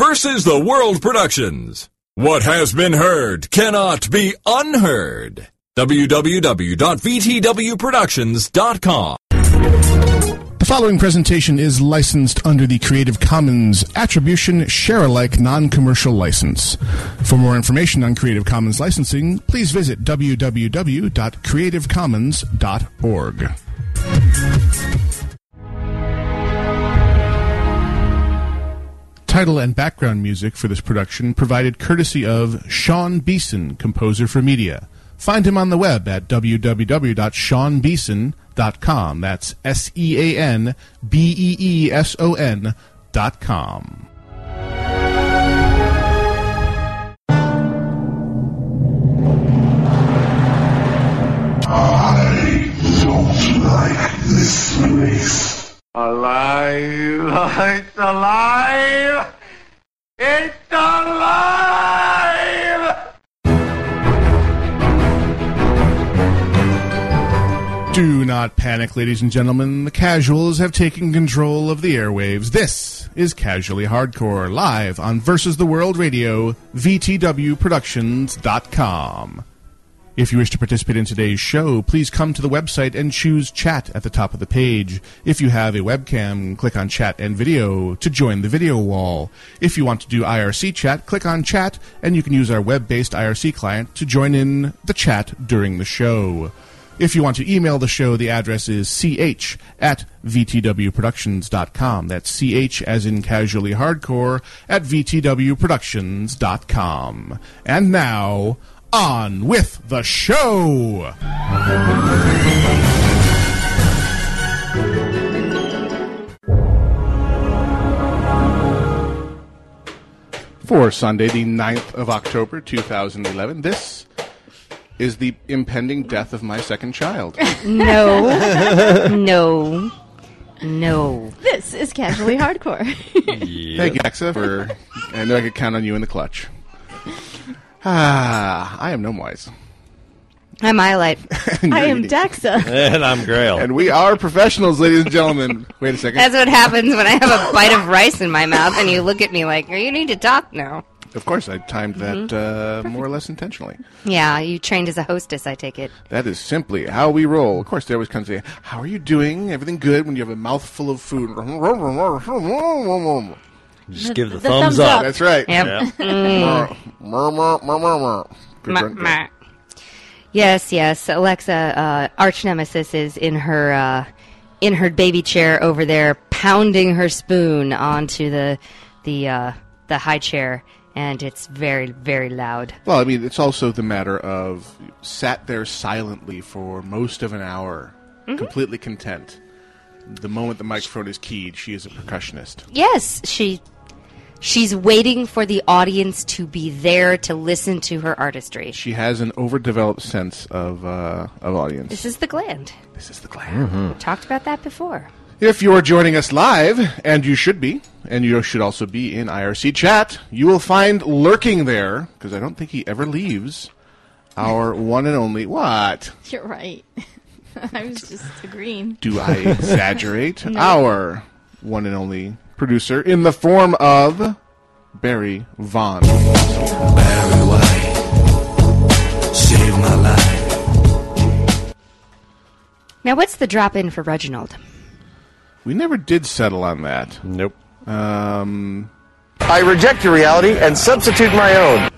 versus the World Productions. What has been heard cannot be unheard. www.vtwproductions.com. The following presentation is licensed under the Creative Commons Attribution Share Alike Non Commercial License. For more information on Creative Commons licensing, please visit www.creativecommons.org. Title and background music for this production provided courtesy of Sean Beeson, composer for media. Find him on the web at www.seanbeeson.com. That's S E A N B E E S O N dot com. Alive! It's alive! It's alive! Do not panic, ladies and gentlemen. The casuals have taken control of the airwaves. This is Casually Hardcore, live on Versus the World Radio, VTWProductions.com. If you wish to participate in today's show, please come to the website and choose chat at the top of the page. If you have a webcam, click on chat and video to join the video wall. If you want to do IRC chat, click on chat and you can use our web based IRC client to join in the chat during the show. If you want to email the show, the address is ch at vtwproductions.com. That's ch as in casually hardcore at vtwproductions.com. And now, on with the show! For Sunday, the 9th of October, 2011, this is the impending death of my second child. No. no. No. This is casually hardcore. Thank you, Axa, for. I know I could count on you in the clutch. Ah, I am Gnomewise. I'm Eyelight. I am Daxa. And I'm Grail. And we are professionals, ladies and gentlemen. Wait a second. That's what happens when I have a bite of rice in my mouth and you look at me like, you need to talk now. of course, I timed that uh, more or less intentionally. Yeah, you trained as a hostess, I take it. That is simply how we roll. Of course, they always come and say, How are you doing? Everything good when you have a mouthful of food? Just give the, the thumbs, thumbs up. That's right. Yep. Yeah. Good Ma- run, good. ma. Yes, yes. Alexa, uh, arch nemesis is in her uh, in her baby chair over there, pounding her spoon onto the the uh, the high chair, and it's very very loud. Well, I mean, it's also the matter of sat there silently for most of an hour, completely content. The moment the microphone is keyed, she is a percussionist. Yes, she she's waiting for the audience to be there to listen to her artistry. She has an overdeveloped sense of uh, of audience. This is the gland. This is the glam. Mm-hmm. We talked about that before. If you are joining us live, and you should be, and you should also be in IRC chat, you will find lurking there because I don't think he ever leaves. Our one and only what? You're right. I was just agreeing. Do I exaggerate? Our one and only producer in the form of Barry Vaughn. Barry White saved my life. Now, what's the drop in for Reginald? We never did settle on that. Nope. Um, I reject your reality and substitute my own.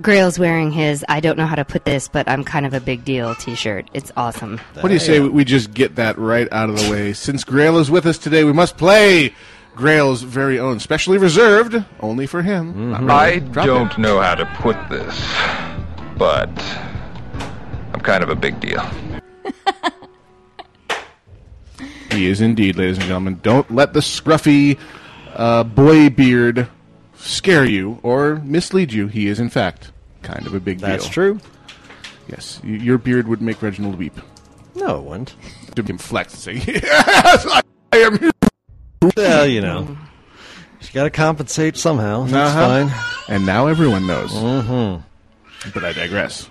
Grail's wearing his "I don't know how to put this, but I'm kind of a big deal" T-shirt. It's awesome. what do you say we just get that right out of the way? Since Grail is with us today, we must play Grail's very own, specially reserved only for him. Not Mm-hmm. really. I Drop it. don't know how to put this, but I'm kind of a big deal. He is indeed, ladies and gentlemen. Don't let the scruffy uh, boy beard scare you or mislead you. He is, in fact, kind of a big That's deal. true. Yes, y- your beard would make Reginald weep. No, it wouldn't. To him flex and say, "Yes, I I am." here." Mm. Well, you know. She's got to compensate somehow. That's Uh-huh. fine. And now everyone knows. Mm-hmm. But I digress.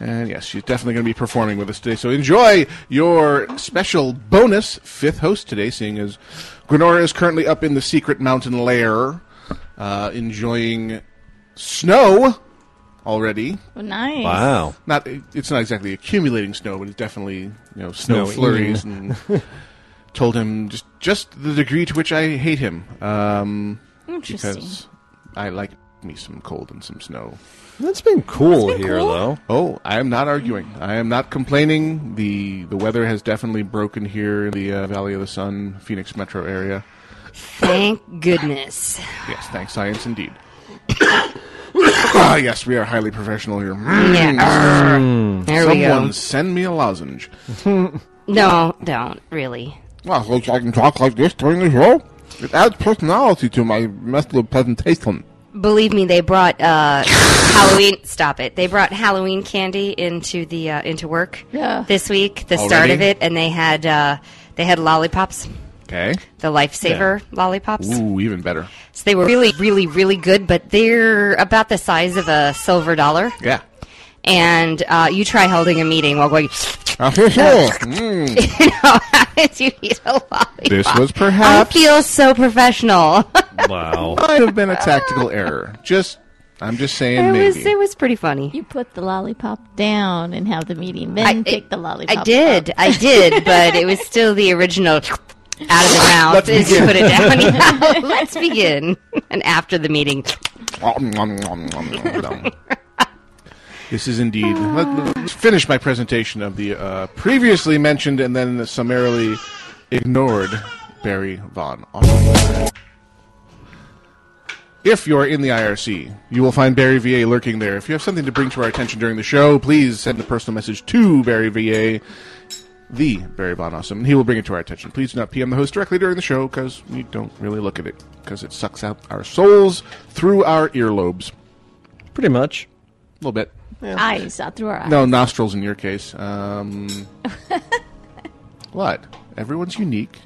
And yes, she's definitely going to be performing with us today. So enjoy your special bonus fifth host today, seeing as Grenora is currently up in the secret mountain lair, uh, enjoying snow already. Well, nice. Wow. Not it's not exactly accumulating snow, but it's definitely you know snow Snowing. flurries. And told him just just the degree to which I hate him. Um, Interesting. because I like me some cold and some snow. That's been cool here, cool. though. Oh, I am not arguing. I am not complaining. the The weather has definitely broken here in the uh, Valley of the Sun, Phoenix metro area. Thank goodness. Yes, thanks, science, indeed. ah, yes, we are highly professional here. Mm. Yeah. Mm. There we Someone go. send me a lozenge. No, don't really. Well, so I can talk like this during the show. It adds personality to my mental presentation. Believe me, they brought uh, Halloween. Stop it! They brought Halloween candy into the uh, into work Yeah. this week. The start Already? of it, and they had uh, they had lollipops, Okay. the lifesaver lollipops. Ooh, even better. So they were really, really, really good. But they're about the size of a silver dollar. Yeah. And uh, you try holding a meeting while going. Ah, Mm. You know, as you eat a lollipop. this was I perhaps feel so professional. Wow. might have been a tactical error. Just, I'm just saying, it maybe. was it was pretty funny. You put the lollipop down and have the meeting, then I- pick I- the lollipop. I did, I did, but it was still the original out of the mouth is you put it down. Yeah, let's begin. And after the meeting, um, This is indeed. Let, us finish my presentation of the uh, previously mentioned and then summarily ignored Barry Von Otto. If you are in the IRC, you will find Barry VA lurking there. If you have something to bring to our attention during the show, please send a personal message to Barry VA, the Barry Von Awesome, and he will bring it to our attention. Please do not PM the host directly during the show because we don't really look at it because it sucks out our souls through our earlobes. A Pretty much. little bit. Eyes out through our eyes. No, nostrils in your case. Um, what? Everyone's unique.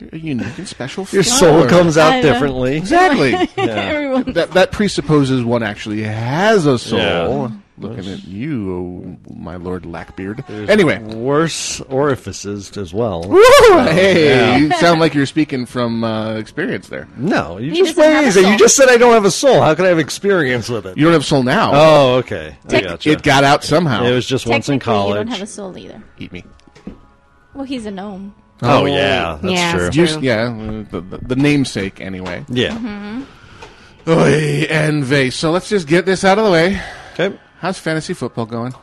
You're a unique and special. Your soul flower. comes out I know. differently. exactly. Everyone. that that presupposes one actually has a soul. Yeah. Looking at you, oh, my lord Lackbeard. anyway, Worse orifices as well. hey, you sound like you're speaking from uh, experience there. No, you He just doesn't have wait a a second. You soul. just said I don't have a soul. How could I have experience with it? You don't have a soul now. Oh, okay. I gotcha. It got out somehow. It was just once in Technically, You don't college. have a soul either. Eat me. Well, he's a gnome. oh yeah, that's Yeah. true. You, True. yeah, the, the, the namesake anyway. Yeah. Mm-hmm. Mm, Oy, envy. So let's just get this out of the way. Okay. How's fantasy football going?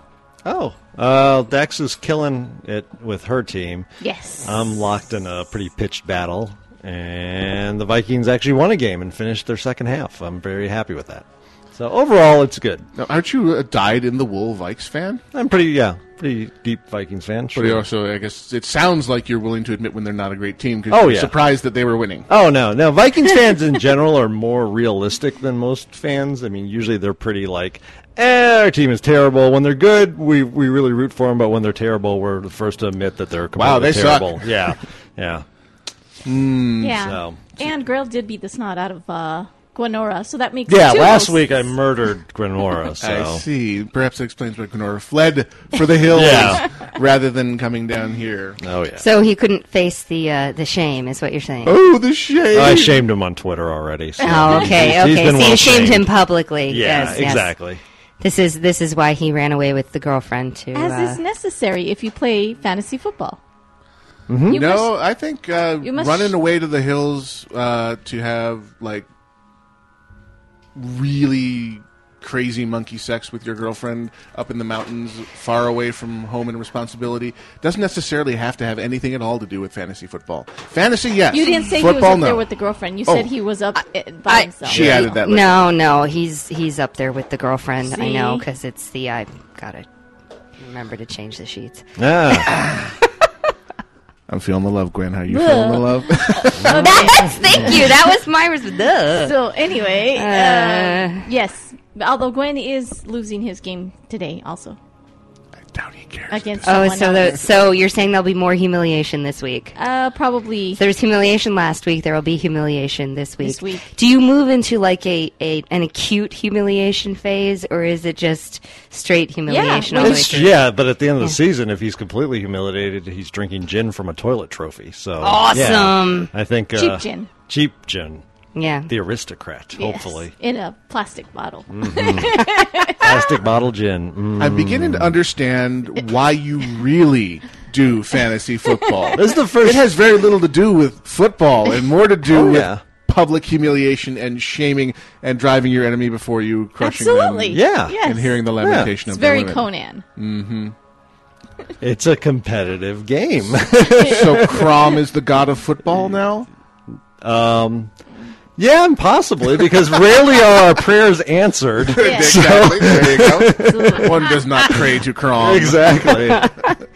Oh, uh, Dax is killing it with her team. Yes. I'm locked in a pretty pitched battle, and the Vikings actually won a game and finished their second half. I'm very happy with that. So overall, it's good. Now, aren't you a dyed in the wool Vikes fan? I'm pretty, yeah, pretty deep Vikings fan. But sure. you also, I guess it sounds like you're willing to admit when they're not a great team because Oh, you're yeah. surprised that they were winning. Oh no, no. Vikings fans in general are more realistic than most fans. I mean, usually they're pretty like, eh, our team is terrible. When they're good, we we really root for them, but when they're terrible, we're the first to admit that they're completely Wow, they suck. terrible. Yeah, yeah. Hmm. yeah. so- And Grail did beat the snot out of uh, Gwenora, so that makes Yeah, two last hosts. week I murdered Granora, so I see. Perhaps that explains why Gnora fled for the hills Yeah. rather than coming down here. oh yeah. so he couldn't face the uh, the shame, is what you're saying. Oh, the shame! I shamed him on Twitter already. So Oh, okay, he's- he's okay. been so you well shamed shamed. him publicly. Yeah, yes, yes. exactly. This is this is why he ran away with the girlfriend too. As is uh, necessary if you play fantasy football. Mm-hmm. You Hmm? no, I think uh, You must- running away to the hills uh, to have like really crazy monkey sex with your girlfriend up in the mountains, far away from home and responsibility, doesn't necessarily have to have anything at all to do with fantasy football. Fantasy, yes. You didn't say he was football, up no. there with the girlfriend. You Oh. said he was up uh, by I- himself. She added that. Later. no, no, he's he's up there with the girlfriend. I know See? because it's the I gotta remember to change the sheets. Ah, I'm feeling the love, Gwen. How you Ugh. Oh, feeling the love? That's thank you. That was my response. So anyway, uh, Uh. yes. Although Gwen is losing his game today, also. I doubt he cares. against Oh, someone so else. the, so you're saying there'll be more humiliation this week? Uh, probably. If there was humiliation last week. There will be humiliation this week. This week. Do you move into like a, a an acute humiliation phase, or is it just straight humiliation? Yeah, all the way It's- through? yeah, but at the end of the season, if he's completely humiliated, he's drinking gin from a toilet trophy. So Awesome. yeah, I think uh, Cheap gin. cheap gin, yeah. the aristocrat. Yes, Hopefully, in a plastic bottle. Mm-hmm. plastic bottle gin. Mm. I'm beginning to understand why you really do fantasy football. This is the first- It has very little to do with football and more to do Oh, with yeah. public humiliation and shaming and driving your enemy before you, crushing Absolutely. them, Yeah. Yes. and hearing the lamentation It's of the very women. Mm-hmm. Conan. It's a competitive game. So Crom is the god of football now. um, yeah, and possibly because rarely are our prayers answered. Exactly. There you go. One does not pray to Crom. exactly.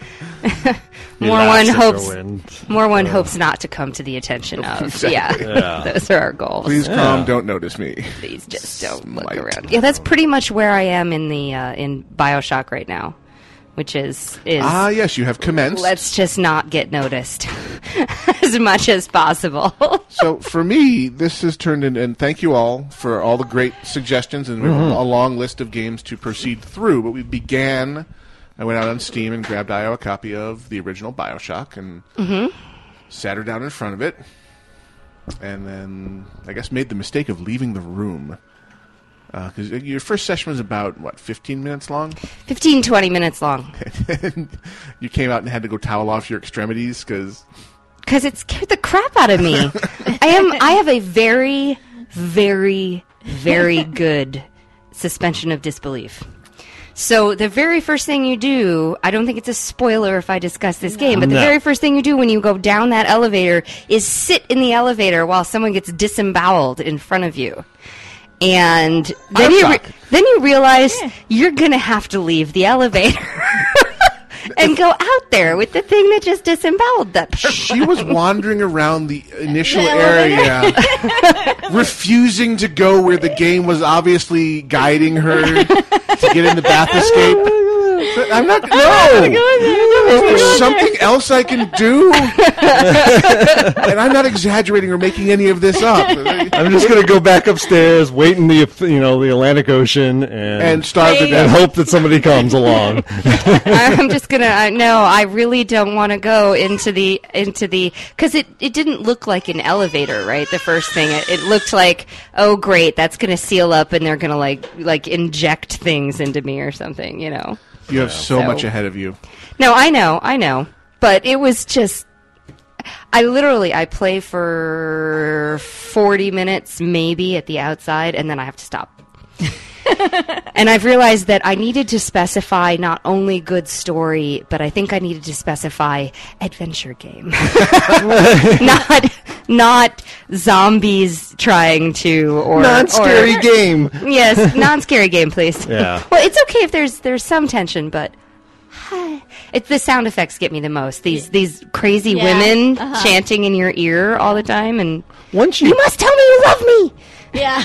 More one Elastic hopes- wind. More one hopes not to come to the attention of. Yeah. Those are our goals. Please, Crom, don't notice me. Please just don't look Smite. around. Yeah, that's pretty much where I am in the uh, in BioShock right now, which is is Ah, yes, you have commenced. let's just not get noticed as much as possible. so for me, this has turned in, and thank you all for all the great suggestions and we have a long list of games to proceed through. But we began. I went out on Steam and grabbed IO a copy of the original Bioshock and sat her down in front of it, and then I guess made the mistake of leaving the room because your first session was about what fifteen minutes long. 15 20 minutes long you came out and had to go towel off your extremities because cuz it scared the crap out of me. I am I have a very very very good suspension of disbelief. So the very first thing you do, I don't think it's a spoiler if I discuss this game, but the No. very first thing you do when you go down that elevator is sit in the elevator while someone gets disemboweled in front of you. And then you re- Bioshock. then you realize you're going to have to leave the elevator. and go out there with the thing that just disemboweled that person. she was wandering around the initial area, refusing to go where the game was obviously guiding her to get in the bath escape. But I'm not. No, there's something else I can do, and I'm not exaggerating or making any of this up. I'm just gonna go back upstairs, wait in the you know the Atlantic Ocean, and And starve to and death. hope that somebody comes along. I'm just gonna. I, no, I really don't want to go into the into the because it it didn't look like an elevator, right? The first thing it, it looked like, oh great, that's gonna seal up, and they're gonna like like inject things into me or something, you know? You have so So- much ahead of you. No, I know, I know, but it was just. I literally I play for forty minutes maybe at the outside, and then I have to stop. and I've realized that I needed to specify not only good story, but I think I needed to specify adventure game, not not zombies trying to or Non-scary or- game. Yes, non scary game, please. Yeah. well, it's okay if there's there's some tension, but it's the sound effects get me the most. These these crazy Yeah, women uh-huh. chanting in your ear all the time, and Once you you must tell me you love me. Yeah.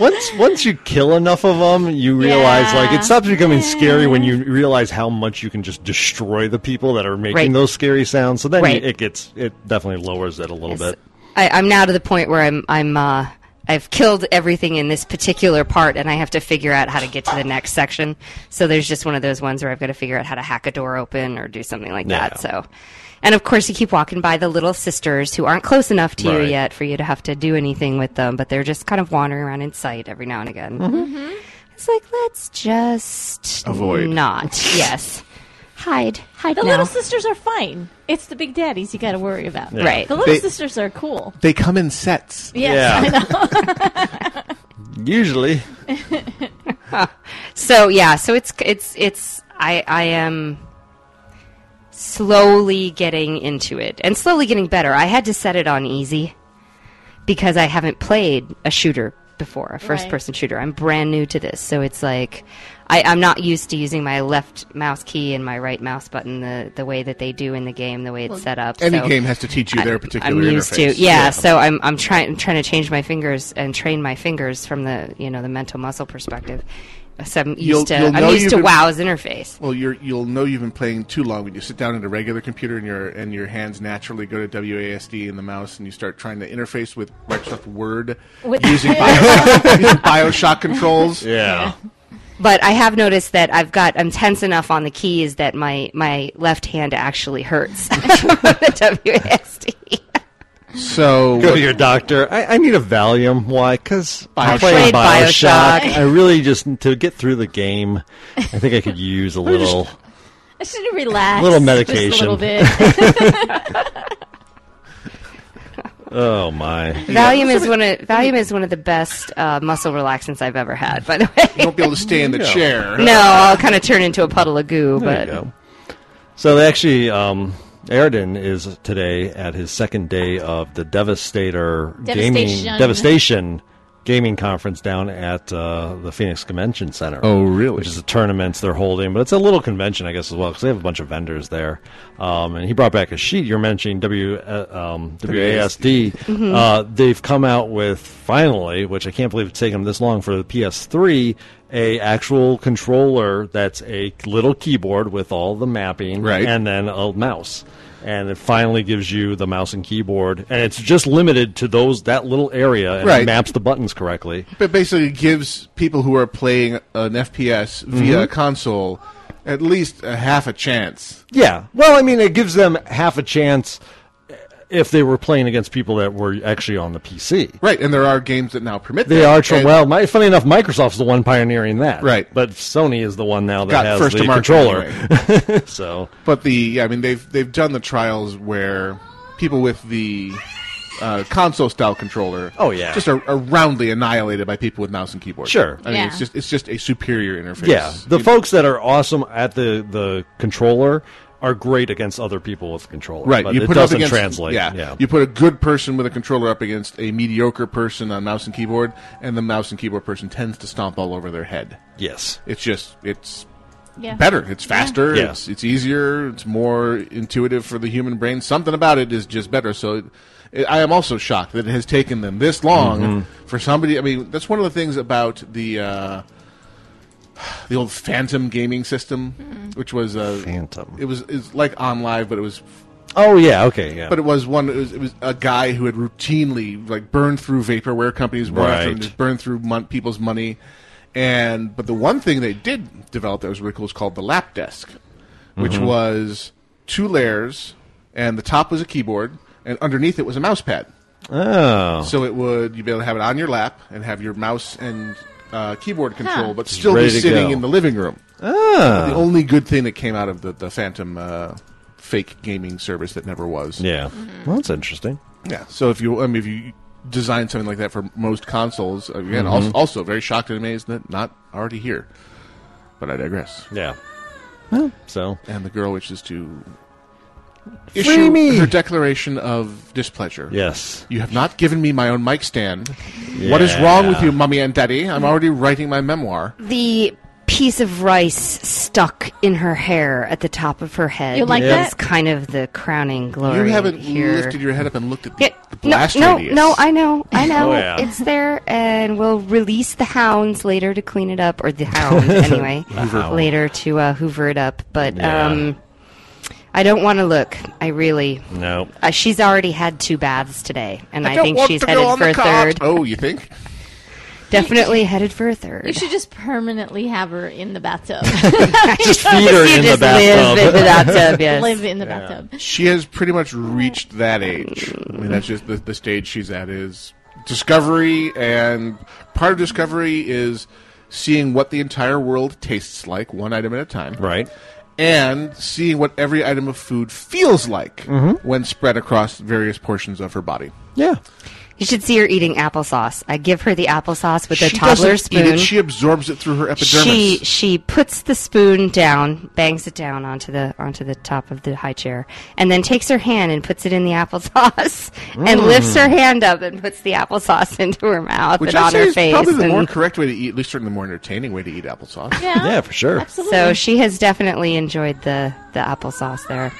once once you kill enough of them, you realize Yeah. like it stops becoming scary when you realize how much you can just destroy the people that are making Right. those scary sounds. So then Right. you, it gets it definitely lowers it a little bit. I, I'm now to the point where I'm I'm uh, I've killed everything in this particular part, and I have to figure out how to get to the next section. So there's just one of those ones where I've got to figure out how to hack a door open or do something like that. Yeah. So, and of course you keep walking by the little sisters who aren't close enough to you Right. yet for you to have to do anything with them, but they're just kind of wandering around in sight every now and again. Mm-hmm. Mm-hmm. It's like let's just oh, Avoid. not yes hide hide The now. little sisters are fine. It's the big daddies you got to worry about. right. The little They- sisters are cool. They come in sets. Yes, Yeah. I know. Usually, So yeah, so it's it's it's I I am slowly getting into it and slowly getting better. I had to set it on easy because I haven't played a shooter before, a first person shooter. I'm brand new to this, so it's like I, I'm not used to using my left mouse key and my right mouse button the the way that they do in the game, the way it's set up. Any so- game has to teach you their I'm- particular I'm used interface. to. Yeah, so I'm I'm trying I'm trying to change my fingers and train my fingers from the you know the mental muscle perspective, So I'm used You'll- to you'll know I'm used you've to been- WoW's interface. Well, you're, you'll know you've been playing too long when you sit down at a regular computer and your and your hands naturally go to WASD and the mouse, and you start trying to interface with Microsoft Word With- using, Bioshock, using Bioshock controls. Yeah. But I have noticed that I've got I'm tense enough on the keys that my my left hand actually hurts. the WASD. So Go to your doctor. I, I need a Valium. Why? Because I Bioshock. played Played Bioshock. Bioshock. I really just to get through the game. I think I could use a little. I should relax. Little Just medication. a little bit. Oh my! Valium is one of Valium is one of the best uh, muscle relaxants I've ever had. By the you way, won't be able to stay in the Yeah. chair. no, I'll kind of turn into a puddle of goo. There you but go. So they actually, um, Aridin is today at his second day of the Devastator Devastation. gaming devastation gaming conference down at uh, the Phoenix Convention Center. really? which is the tournaments they're holding, but it's a little convention, I guess, as well, because they have a bunch of vendors there. Um, and he brought back a sheet. You're mentioning W uh, um, WASD. Uh, they've come out with finally, which I can't believe it's taken them this long for the PS3, a actual controller that's a little keyboard with all the mapping, Right. and then a mouse. And it finally gives you the mouse and keyboard, and it's just limited to those that little area, and Right. it maps the buttons correctly. But basically, it gives people who are playing an FPS via Mm-hmm. a console at least a half a chance. Yeah. Well, I mean, it gives them half a chance if they were playing against people that were actually on the PC. Right, and there are games that now permit They that. are tr- And- well. My, funny enough, Microsoft's the one pioneering that. Right. But Sony is the one now that Got has first the to market controller. so But the yeah, I mean they've they've done the trials where people with the uh, console style controller Oh, yeah. just are, are roundly annihilated by people with mouse and keyboard. Sure. I mean Yeah. it's just it's just a superior interface. yeah, the You- folks that are awesome at the the controller are great against other people with the controller. right. But you it put it up doesn't against, translate. Yeah, you put a good person with a controller up against a mediocre person on mouse and keyboard, and the mouse and keyboard person tends to stomp all over their head. yes. It's just it's yeah. better. It's faster. Yeah. It's it's easier. It's more intuitive for the human brain. Something about it is just better. So. It, it, I am also shocked that it has taken them this long Mm-hmm. for somebody. I mean, that's one of the things about the uh, the old Phantom gaming system, which was uh, Phantom. It was is like on live, but it was Oh yeah. Okay. Yeah. but it was one. It was, it was a guy who had routinely like burned through vaporware companies, one after Right. another, just burned through mon- people's money. And but the one thing they did develop that was really cool is called the lap desk, which Mm-hmm. was two layers, and the top was a keyboard, and underneath it was a mouse pad. oh. So it would you'd be able to have it on your lap and have your mouse and uh, keyboard control, but still be ready to sitting go. Oh. in the living room. Ah. The only good thing that came out of the the Phantom uh, fake gaming service that never was. Yeah. Well, that's interesting. Yeah. So if you, I mean, if you design something like that for most consoles, uh, again, also, Mm-hmm. also very shocked and amazed that not already here. But I digress. Yeah. so And the girl wishes to Free issue me. her declaration of displeasure. yes. You have not given me my own mic stand. What is wrong with you, mummy and daddy? I'm already writing my memoir. the piece of rice stuck in her hair at the top of her head You like is that? kind of the crowning glory you haven't here. lifted your head up and looked at the, Yeah, the no, blast no, radius. no, I know, I know. Oh, yeah. It's there, and we'll release the hounds later to clean it up, or the hound anyway, later to uh, hoover it up. But Yeah. um, I don't want to look. I really. No. Uh, she's already had two baths today, and I, don't think want she's to go headed on for the a cart. third. Oh, you think? Definitely headed for a third. You should just permanently have her in the bathtub. Just feed her You in the just live in bathtub. the bathtub, yes. Live in the bathtub. She has pretty much reached that age. I mean, that's just the, the stage she's at is discovery, and part of discovery is seeing what the entire world tastes like, one item at a time. Right. And seeing what every item of food feels like Mm-hmm. when spread across various portions of her body. Yeah. You should see her eating applesauce. I give her the applesauce with the she toddler doesn't eat spoon. it, she absorbs it through her epidermis. she she puts the spoon down, bangs it down onto the onto the top of the high chair, and then takes her hand and puts it in the applesauce, and Mm. lifts her hand up and puts the applesauce into her mouth which and I on say her is face. probably the and- more correct way to eat, at least certainly the more entertaining way to eat applesauce. Yeah. Yeah, for sure. Absolutely. so she has definitely enjoyed the the applesauce there.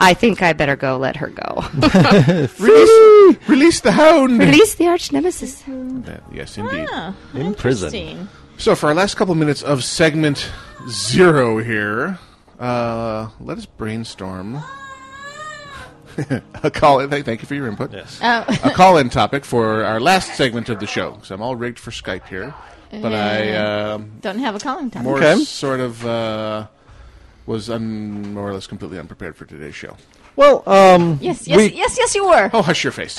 I think I better go let her go. release, release the hound. Release the arch nemesis. Yes, indeed. Ah, In prison. interesting. So, for our last couple minutes of segment zero here, uh, let us brainstorm a call in. Thank you for your input. Yes. Oh. a call in topic for our last segment of the show. So, I'm all rigged for Skype here. But I um Don't have a calling time. more Okay. sort of uh, was un- more or less completely unprepared for today's show. Well, um, yes, yes, we- yes, yes, you were. Oh, hush your face.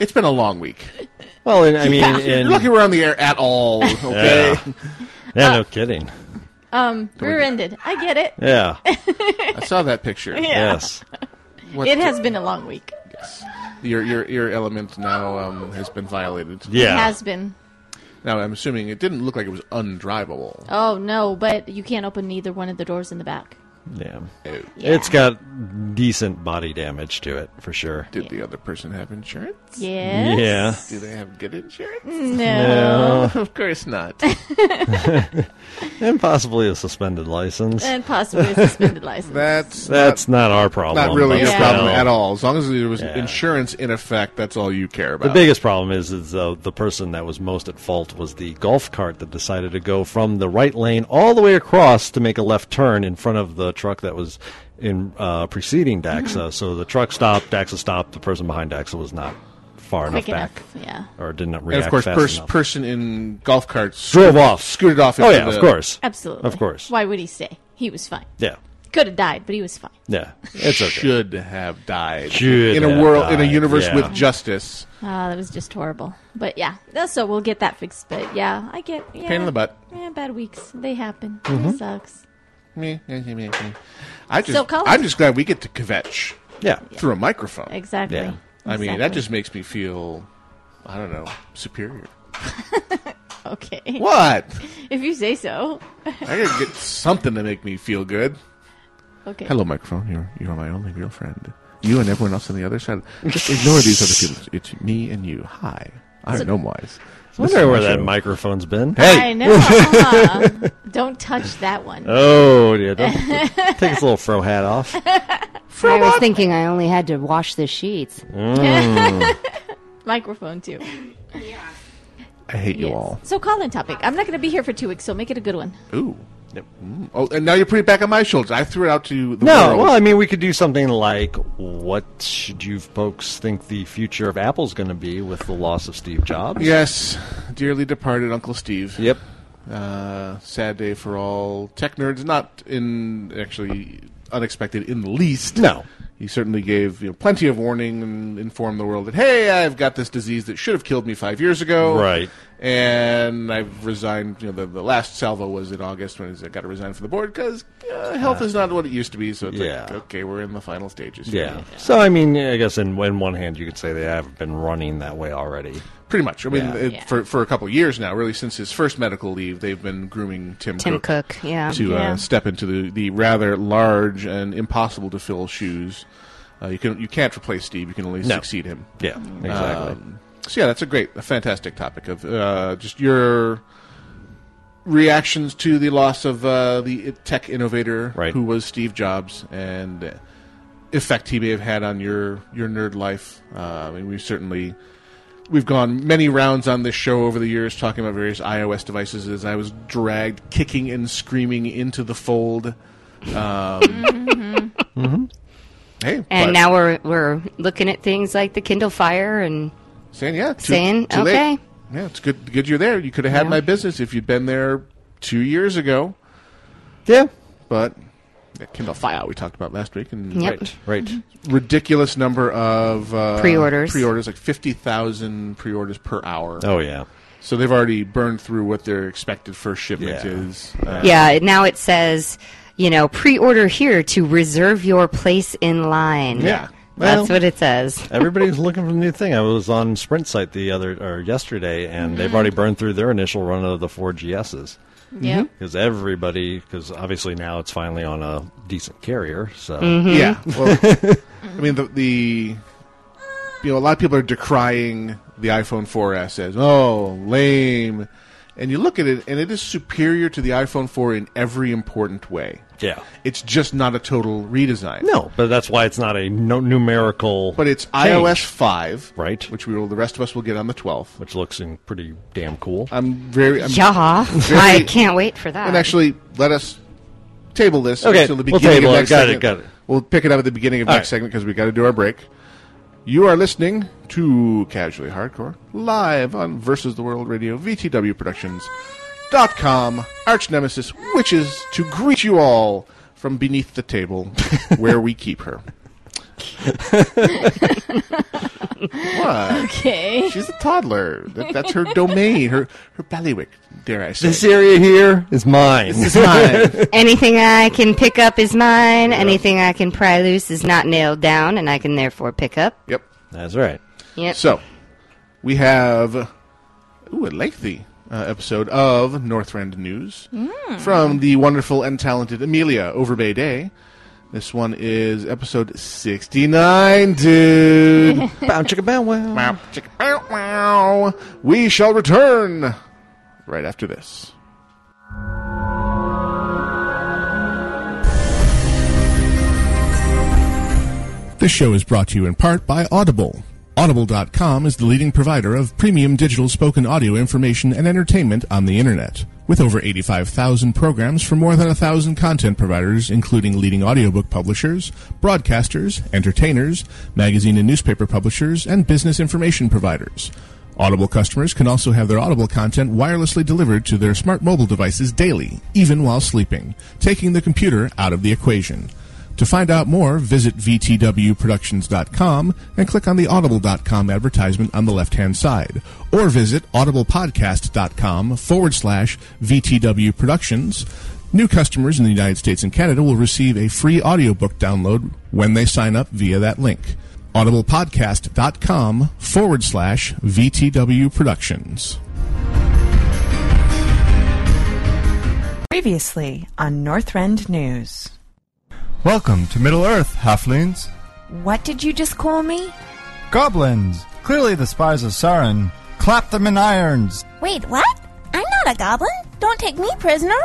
it's been a long week. well, and, I mean, and, You're lucky we're on the air at all, okay? Uh, yeah, no kidding. Um, rear ended. I get it. Yeah, I saw that picture. yes, What It the- has been a long week. yes. Your, your, your element now um, has been violated. yeah. It has been. Now, I'm assuming it didn't look like it was undrivable. Oh no, but you can't open either one of the doors in the back. Yeah. Oh. It's got decent body damage to it for sure. Did the other person have insurance? Yes. Do they have good insurance? Mm. No. Of course not. And possibly a suspended license. And possibly a suspended license. That's That's not, our problem. not really but your Yeah. problem still. at all. As long as there was Yeah. insurance in effect, that's all you care about. The biggest problem is is the, the person that was most at fault was the golf cart that decided to go from the right lane all the way across to make a left turn in front of the truck that was in uh, preceding Mm-hmm. Daxa. so the truck stopped, Daxa stopped, the person behind Daxa was not far Quick enough enough. back Yeah. or didn't react and of course, fast pers- enough. person in golf carts Drove off. scooted off. oh into yeah, the- of course. Absolutely. Of course. Why would he stay? He was fine. Yeah. Could have died, but he was fine. Yeah. It's okay. Should have died Should in a have world in a died, universe yeah. with justice. Ah, that was just horrible. But yeah, that's- so we'll get that fixed. But yeah, I get yeah, Pain in the butt. Mm-hmm. Yeah, bad weeks. They happen. It sucks. Me, me, me, me. I just, So, Colin- I'm just glad we get to kvetch Yeah. through a microphone. Exactly. Yeah. I mean, that Exactly. just makes me feel, I don't know, superior. okay. What? If you say so. I gotta get something to make me feel good. Okay. Hello, microphone. You're you're my only real friend. You and everyone else on the other side. Just ignore these other people. It's me and you. Hi, I'm Gnomewise. I wonder where that microphone's been. I know. huh? Don't touch that one. Oh yeah. Don't, take his little fro hat off. I was thinking I only had to wash the sheets. Mm. Microphone too. I hate you all. So call in topic. I'm not going to be here for two weeks, so make it a good one. Ooh. Mm. Oh, and now you're putting it back on my shoulders. I threw it out to the No, world. well, I mean, we could do something like, what should you folks think the future of Apple's going to be with the loss of Steve Jobs? yes, dearly departed Uncle Steve. Yep. Uh, sad day for all tech nerds. Not in actually unexpected in the least. No. He certainly gave you know, plenty of warning and informed the world that hey, I've got this disease that should have killed me five years ago. Right. And I've resigned. You know, the, the last salvo was in August when I got to resign from the board because uh, health is not what it used to be. So it's Yeah. like okay, we're in the final stages. here. Yeah. So, I mean, I guess in, in one hand, you could say they have been running that way already. Pretty much. I mean, Yeah. it, for for a couple of years now, really since his first medical leave, they've been grooming Tim, Tim Cook, yeah. to Yeah. uh, step into the, the rather large and impossible to fill shoes. Uh, you can you can't replace Steve. You can only No. succeed him. Yeah, exactly. Um, so yeah, that's a great, a fantastic topic of uh, just your reactions to the loss of uh, the tech innovator Right. who was Steve Jobs and the effect he may have had on your your nerd life. Uh, I mean, we've certainly we've gone many rounds on this show over the years talking about various iOS devices. As I was dragged kicking and screaming into the fold. Um, Hey, Mm-hmm. And but now we're we're looking at things like the Kindle Fire and saying yeah, too, saying, too late. okay. Yeah, it's good. Good you're there. You could have had my business if you'd been there two years ago. yeah. But that Kindle Fire we talked about last week, and Mm-hmm. Yep. Right. Right. ridiculous number of uh, Pre-orders. Pre-orders like fifty thousand pre-orders per hour. Oh, yeah. So they've already burned through what their expected first shipment Yeah. is. Uh, Yeah, it- now it says, you know, pre-order here to reserve your place in line. Yeah. That's Well- what it says. Everybody's looking for the new thing. I was on Sprint site the other or yesterday, and they've already burned through their initial run of the four GSs. Yeah. Because everybody, because obviously now it's finally on a decent carrier, so Mm-hmm. Yeah. Well, I mean, the, the you know a lot of people are decrying the iPhone 4S as oh lame, and you look at it and it is superior to the iPhone 4 in every important way. Yeah. It's just not a total redesign. No, but that's why it's not a no- numerical. But it's change, iOS 5, Right. Which we will, the rest of us will get on the 12th. which looks in pretty damn cool. I'm very. I'm, Yeah, Oh, I can't wait for that. And actually, let us table this Okay, until the we'll beginning table of it. next Got it, segment. got it. We'll pick it up at the beginning of All next right. segment because we got to do our break. You are listening to Casually Hardcore live on Versus the World Radio, VTW Productions.com, Arch Nemesis, which is to greet you all from beneath the table where we keep her. what? Okay. She's a toddler. That, that's her domain, her, her ballywick, dare I say. This area here is mine. This is mine. Anything I can pick up is mine. Anything I can pry loose is not nailed down, and I can therefore pick up. Yep. That's right. Yep. So we have ooh, a lengthy uh, episode of Northrend News from the wonderful and talented Amelia over Bay Day. This one is episode 69, dude. Bow chicka bow wow. Wow, chicka, bow, wow. we shall return right after this. This show is brought to you in part by Audible. Audible.com is the leading provider of premium digital spoken audio information and entertainment on the internet. With over 85,000 programs from more than 1,000 content providers, including leading audiobook publishers, broadcasters, entertainers, magazine and newspaper publishers, and business information providers. Audible customers can also have their Audible content wirelessly delivered to their smart mobile devices daily, even while sleeping, taking the computer out of the equation. To find out more, visit VTWProductions.com and click on the Audible.com advertisement on the left hand side, or visit audiblepodcast.com forward slash VTW Productions. New customers in the United States and Canada will receive a free audiobook download when they sign up via that link. Audiblepodcast.com forward slash VTW Productions. Previously on Northrend News. Welcome to Middle Earth, halflings. What did you just call me? Goblins! Clearly the spies of Sauron. Clap them in irons! Wait, what? I'm not a goblin. Don't take me prisoner.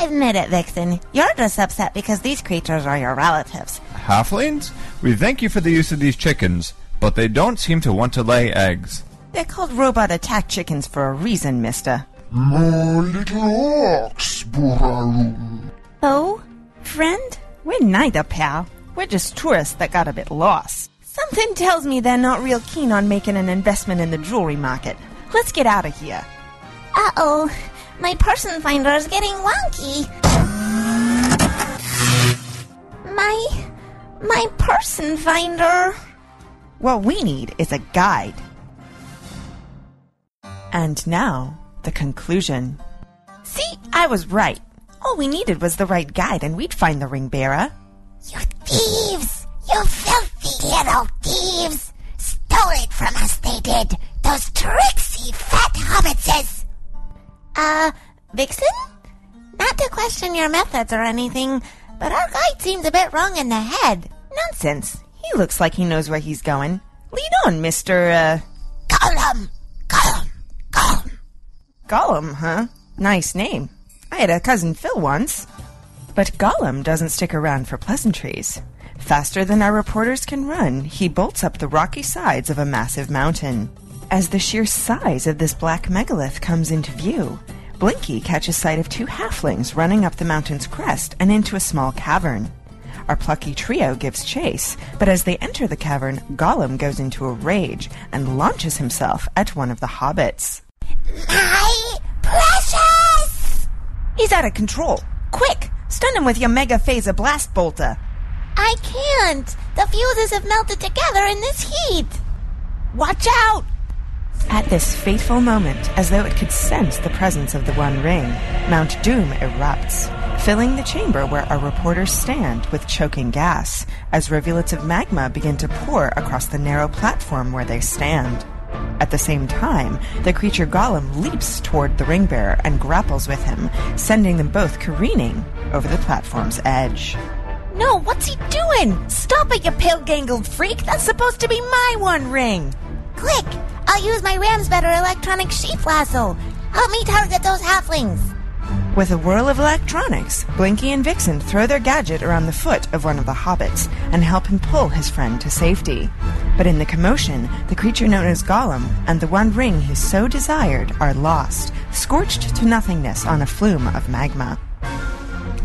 Admit it, Vixen. You're just upset because these creatures are your relatives. Halflings? We thank you for the use of these chickens, but they don't seem to want to lay eggs. They're called robot attack chickens for a reason, mister. Uh. More little ox, Burarum. Oh? Friend? We're neither, pal. We're just tourists that got a bit lost. Something tells me they're not real keen on making an investment in the jewelry market. Let's get out of here. Uh oh, my person finder is getting wonky. My. my person finder. What we need is a guide. And now, the conclusion. See, I was right. All we needed was the right guide, and we'd find the ring bearer. Thieves! You filthy little thieves! Stole it from us, they did! Those tricksy fat hobbitses! Uh, Vixen? Not to question your methods or anything, but our guide seems a bit wrong in the head. Nonsense. He looks like he knows where he's going. Lead on, Mr. Uh. Gollum! Gollum! Gollum, huh? Nice name. I had a cousin Phil once. But Gollum doesn't stick around for pleasantries. Faster than our reporters can run, he bolts up the rocky sides of a massive mountain. As the sheer size of this black megalith comes into view, Blinky catches sight of two halflings running up the mountain's crest and into a small cavern. Our plucky trio gives chase, but as they enter the cavern, Gollum goes into a rage and launches himself at one of the hobbits. My precious! He's out of control. Quick! Stun him with your mega phaser blast bolter. I can't! The fuses have melted together in this heat! Watch out! At this fateful moment, as though it could sense the presence of the One Ring, Mount Doom erupts, filling the chamber where our reporters stand with choking gas as rivulets of magma begin to pour across the narrow platform where they stand. At the same time, the creature Gollum leaps toward the ring bearer and grapples with him, sending them both careening over the platform's edge. No, what's he doing? Stop it, you pale gangled freak! That's supposed to be my one ring! Quick! I'll use my ram's better electronic sheath lasso! Help me target those halflings! With a whirl of electronics, Blinky and Vixen throw their gadget around the foot of one of the hobbits and help him pull his friend to safety. But in the commotion, the creature known as Gollum and the one ring he so desired are lost, scorched to nothingness on a flume of magma.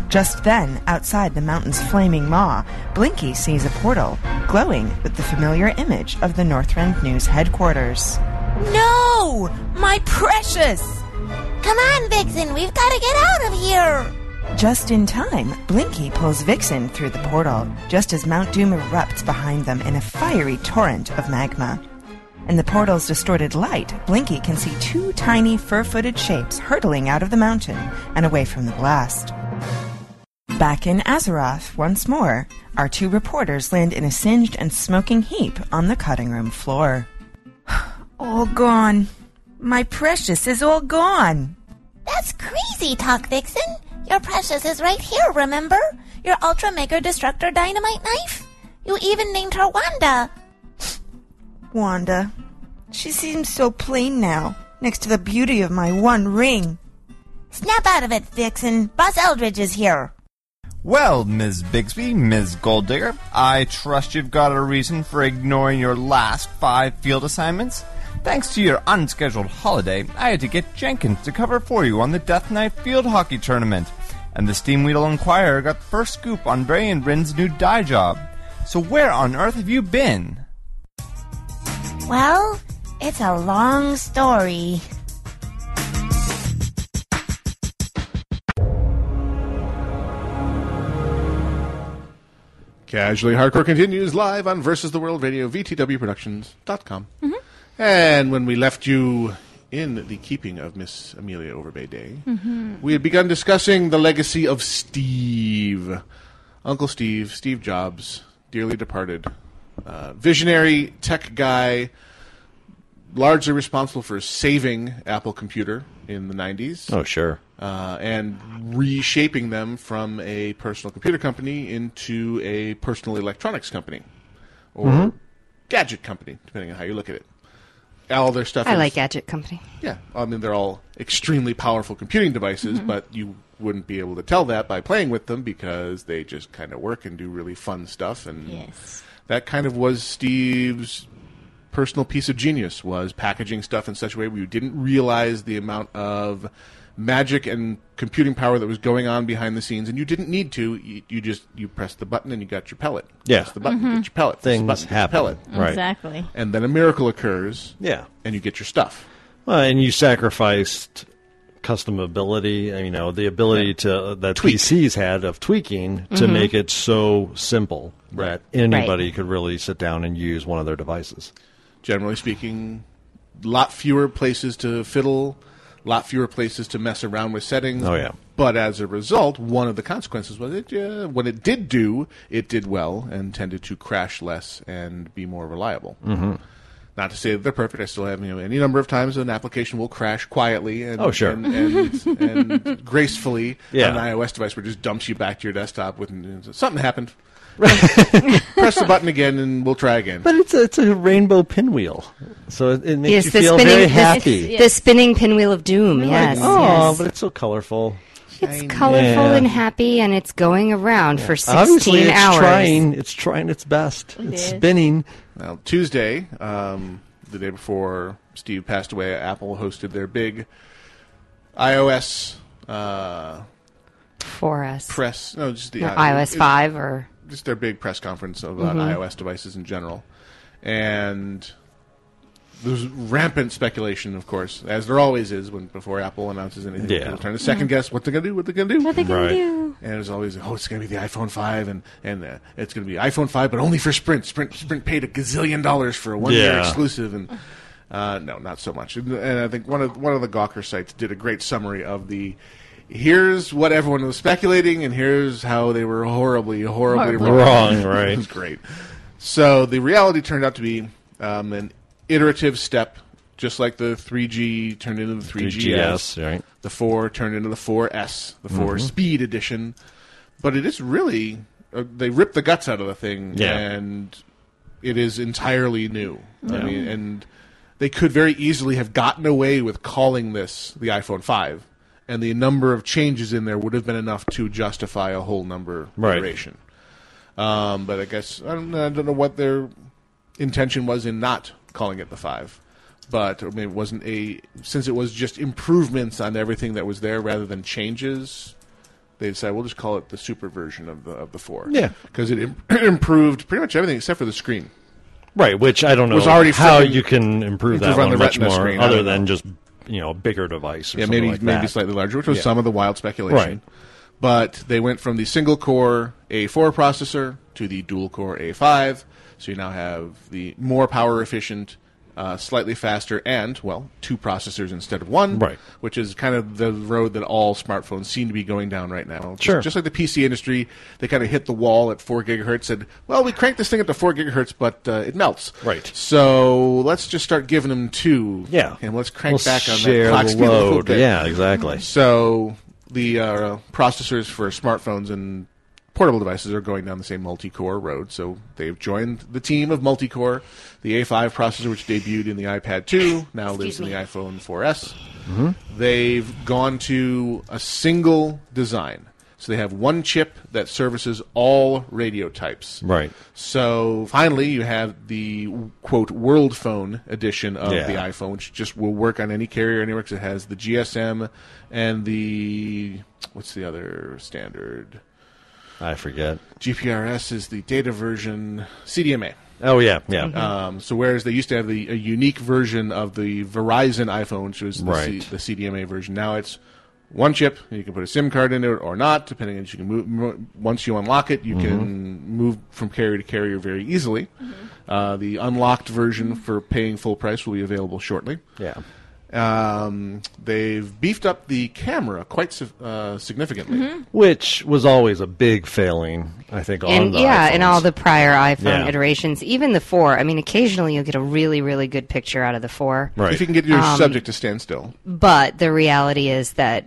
Just then, outside the mountain's flaming maw, Blinky sees a portal, glowing with the familiar image of the Northrend News headquarters. No! My precious! Come on, Vixen, we've got to get out of here! Just in time, Blinky pulls Vixen through the portal, just as Mount Doom erupts behind them in a fiery torrent of magma. In the portal's distorted light, Blinky can see two tiny fur footed shapes hurtling out of the mountain and away from the blast. Back in Azeroth, once more, our two reporters land in a singed and smoking heap on the cutting room floor. all gone. My precious is all gone. That's crazy talk, Vixen! Your precious is right here, remember? Your Ultra Mega Destructor Dynamite Knife? You even named her Wanda! Wanda. She seems so plain now, next to the beauty of my one ring. Snap out of it, Vixen! Boss Eldridge is here! Well, Ms. Bigsby, Ms. Golddigger, I trust you've got a reason for ignoring your last five field assignments. Thanks to your unscheduled holiday, I had to get Jenkins to cover for you on the Death Knight field hockey tournament, and the Steamweedle Inquirer got the first scoop on Bray and Rin's new dye job. So where on earth have you been? Well, it's a long story. Casually Hardcore continues live on Versus the World Radio, VTWProductions.com. And when we left you in the keeping of Miss Amelia Overbay Day, Mhm. we had begun discussing the legacy of Steve. Uncle Steve, Steve Jobs, dearly departed, uh, visionary tech guy, largely responsible for saving Apple Computer in the 90s. Oh, sure. Uh, and reshaping them from a personal computer company into a personal electronics company or Mm-hmm. Mhm. gadget company, depending on how you look at it. All their stuff. I is- like Gadget Company. Yeah, I mean they're all extremely powerful computing devices, Mhm. but you wouldn't be able to tell that by playing with them because they just kind of work and do really fun stuff. And that kind of was Steve's personal piece of genius was packaging stuff in such a way where you didn't realize the amount of magic and computing power that was going on behind the scenes, and you didn't need to. You, you just you pressed the button and you got your pellet. Yeah. Press the button, Mhm. get your pellet. press the Things button, get your happen. pellet. Right. Exactly. And then a miracle occurs. Yeah. And you get your stuff. Well, and you sacrificed customability, and, you know, the ability to uh, that PCs had of tweaking to Mhm. make it so simple that anybody Right. could really sit down and use one of their devices. generally speaking, lot fewer places to fiddle, lot fewer places to mess around with settings. Oh, yeah. But as a result, one of the consequences was it uh, when it did do, it did well and tended to crash less and be more reliable. Mhm. Not to say that they're perfect. I still have you know, any number of times an application will crash quietly and Oh, sure. and, and, and gracefully Yeah. on an iOS device where it just dumps you back to your desktop with something happened. Press the button again and we'll try again. But it's a, it's a rainbow pinwheel, so it, it makes Yes, you the feel spinning very the- happy. The spinning pinwheel of doom. You're Yes. like, oh, yes. but it's so colorful. It's colorful Yeah. and happy, and it's going around for Obviously, 16 it's hours. trying. It's trying its best. It it's is. spinning. Now, Tuesday, um, the day before Steve passed away, Apple hosted their big iOS uh, for us press. No, just the No, i- iOS 5 or- just their big press conference about Mhm. iOS devices in general, and there's rampant speculation, of course, as there always is when before Apple announces anything. Yeah. People trying to second Mm-hmm. guess what they're going to do, what they're going to do, what they gonna Right. do. And there's always, oh, it's going to be the iPhone 5, and and uh, it's going to be iPhone 5, but only for Sprint. Sprint Sprint paid a gazillion dollars for a one year Yeah. exclusive, and uh, no, not so much. And, and I think one of one of the Gawker sites did a great summary of the. Here's what everyone was speculating, and here's how they were horribly, horribly Horribly wrong. wrong, right. it was great. So the reality turned out to be um, an iterative step, just like the 3G turned into the 3GS. 3GS, right. The 4 turned into the 4S, the 4 Mhm. Speed Edition. But it is really, uh, they ripped the guts out of the thing, Yeah. and it is entirely new. I Yeah. mean, and they could very easily have gotten away with calling this the iPhone 5 and the number of changes in there would have been enough to justify a whole number Right. iteration. Um, but I guess I don't, know- I don't know what their intention was in not calling it the five. But I mean, it wasn't a since it was just improvements on everything that was there rather than changes. They decided we'll just call it the super version of the of the four. Yeah. because it, im- it improved pretty much everything except for the screen. Right, which I don't know Was already how freaking- you can improve that improve on one the much Retina more, screen, I other don't know. than just you know a bigger device. Or yeah, something maybe like maybe that. slightly larger, which was Yeah. some of the wild speculation. Right. But they went from the single core A4 processor to the dual core A5, so you now have the more power efficient, uh, slightly faster, and well, two processors instead of one, Right. Which is kind of the road that all smartphones seem to be going down right now. Just- Sure. just like the PC industry, they kind of hit the wall at four gigahertz. Said, well, we cranked this thing up to four gigahertz, but uh, it melts. Right. So let's just start giving them two. Yeah. And let's crank We'll back on share that clock the speed a little load. bit. Yeah, exactly. So the uh, processors for smartphones and portable devices are going down the same multi-core road. So they've joined the team of multi-core. The A5 processor, which debuted in the iPad 2, now lives in the iPhone 4S. Mm-hmm. Mhm. They've gone to a single design. So they have one chip that services all radio types. Right. So finally, you have the quote world phone edition of Yeah. the iPhone, which just will work on any carrier anywhere because it has the GSM and the what's the other standard? I forget. GPRS is the data version CDMA. Oh yeah, yeah. Um, so whereas they used to have the a unique version of the Verizon iPhone, which was the, C, Right. the CDMA version, now it's one chip. and You can put a SIM card in it or not, depending on if you can move. Mo- once you unlock it, you Mm-hmm. can move from carrier to carrier very easily. Mm-hmm. Uh, the unlocked version for paying full price will be available shortly. Yeah. Um, they've beefed up the camera quite si- uh, significantly. Mm-hmm. Which was always a big failing, I think. on and the yeah, iPhones. in all the prior iPhone Yeah. iterations, even the four. I mean, occasionally you'll get a really, really good picture out of the four. If you can get your Um, subject to stand still. But the reality is that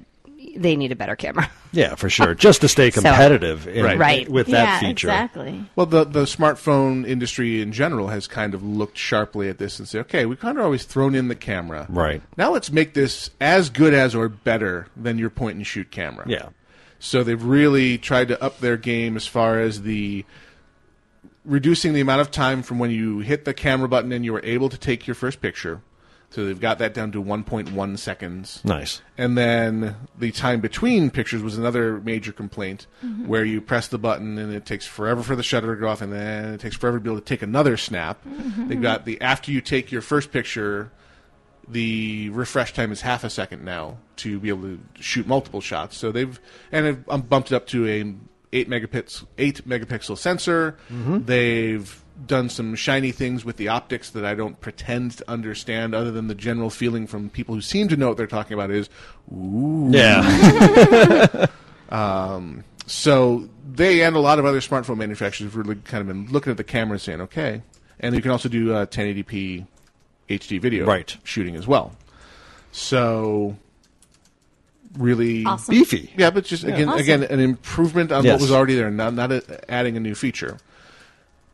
they need a better camera. Yeah, for sure. Just to stay Ah. So- competitive, in- Right. Right. with that Yeah, feature. Exactly. Well, the the smartphone industry in general has kind of looked sharply at this and said, okay, we've kind of always thrown in the camera. Right. Now let's make this as good as or better than your point and shoot camera. Yeah. So they've really tried to up their game as far as the reducing the amount of time from when you hit the camera button and you were able to take your first picture. So they've got that down to 1.1 seconds. Nice. And then the time between pictures was another major complaint Mhm. Mm-hmm. where you press the button and it takes forever for the shutter to go off and then it takes forever to be able to take another snap. Mhm. They've got the after you take your first picture, the refresh time is half a second now to be able to shoot multiple shots. So they've and have um, bumped it up to a eight megapixel eight megapixel sensor. Mhm. They've done some shiny things with the optics that I don't pretend to understand, other than the general feeling from people who seem to know what they're talking about is, ooh, Yeah. um, so they and a lot of other smartphone manufacturers have really kind of been looking at the camera and saying, okay, and you can also do uh, 1080p HD video Right. shooting as well. So really Awesome. Beefy. yeah, but just Yeah. again, Awesome. again, an improvement on what Yes. was already there, not not a, adding a new feature.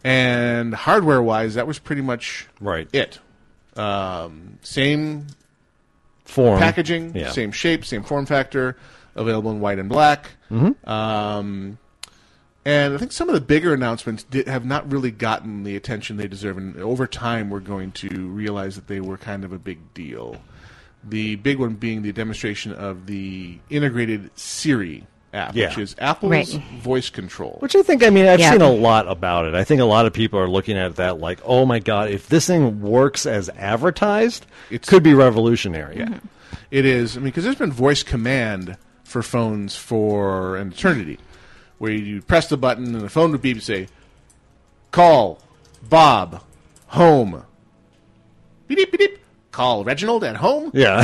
And hardware wise, that was pretty much right. It um, same Form. packaging, Yeah. same shape, same form factor, available in white and black. Mhm. Um, and I think some of the bigger announcements did, have not really gotten the attention they deserve, and over time we're going to realize that they were kind of a big deal. The big one being the demonstration of the integrated Siri app, Yeah. which is Apple's Right. voice control. Which I think, I mean, I've Yeah. seen a lot about it. I think a lot of people are looking at that like, oh my God, if this thing works as advertised, it could be revolutionary. Yeah. It is. I mean, because there's been voice command for phones for an eternity, where you press the button and the phone would beep and say, "Call Bob home." Beep beep beep. beep. Call Reginald at home. Yeah.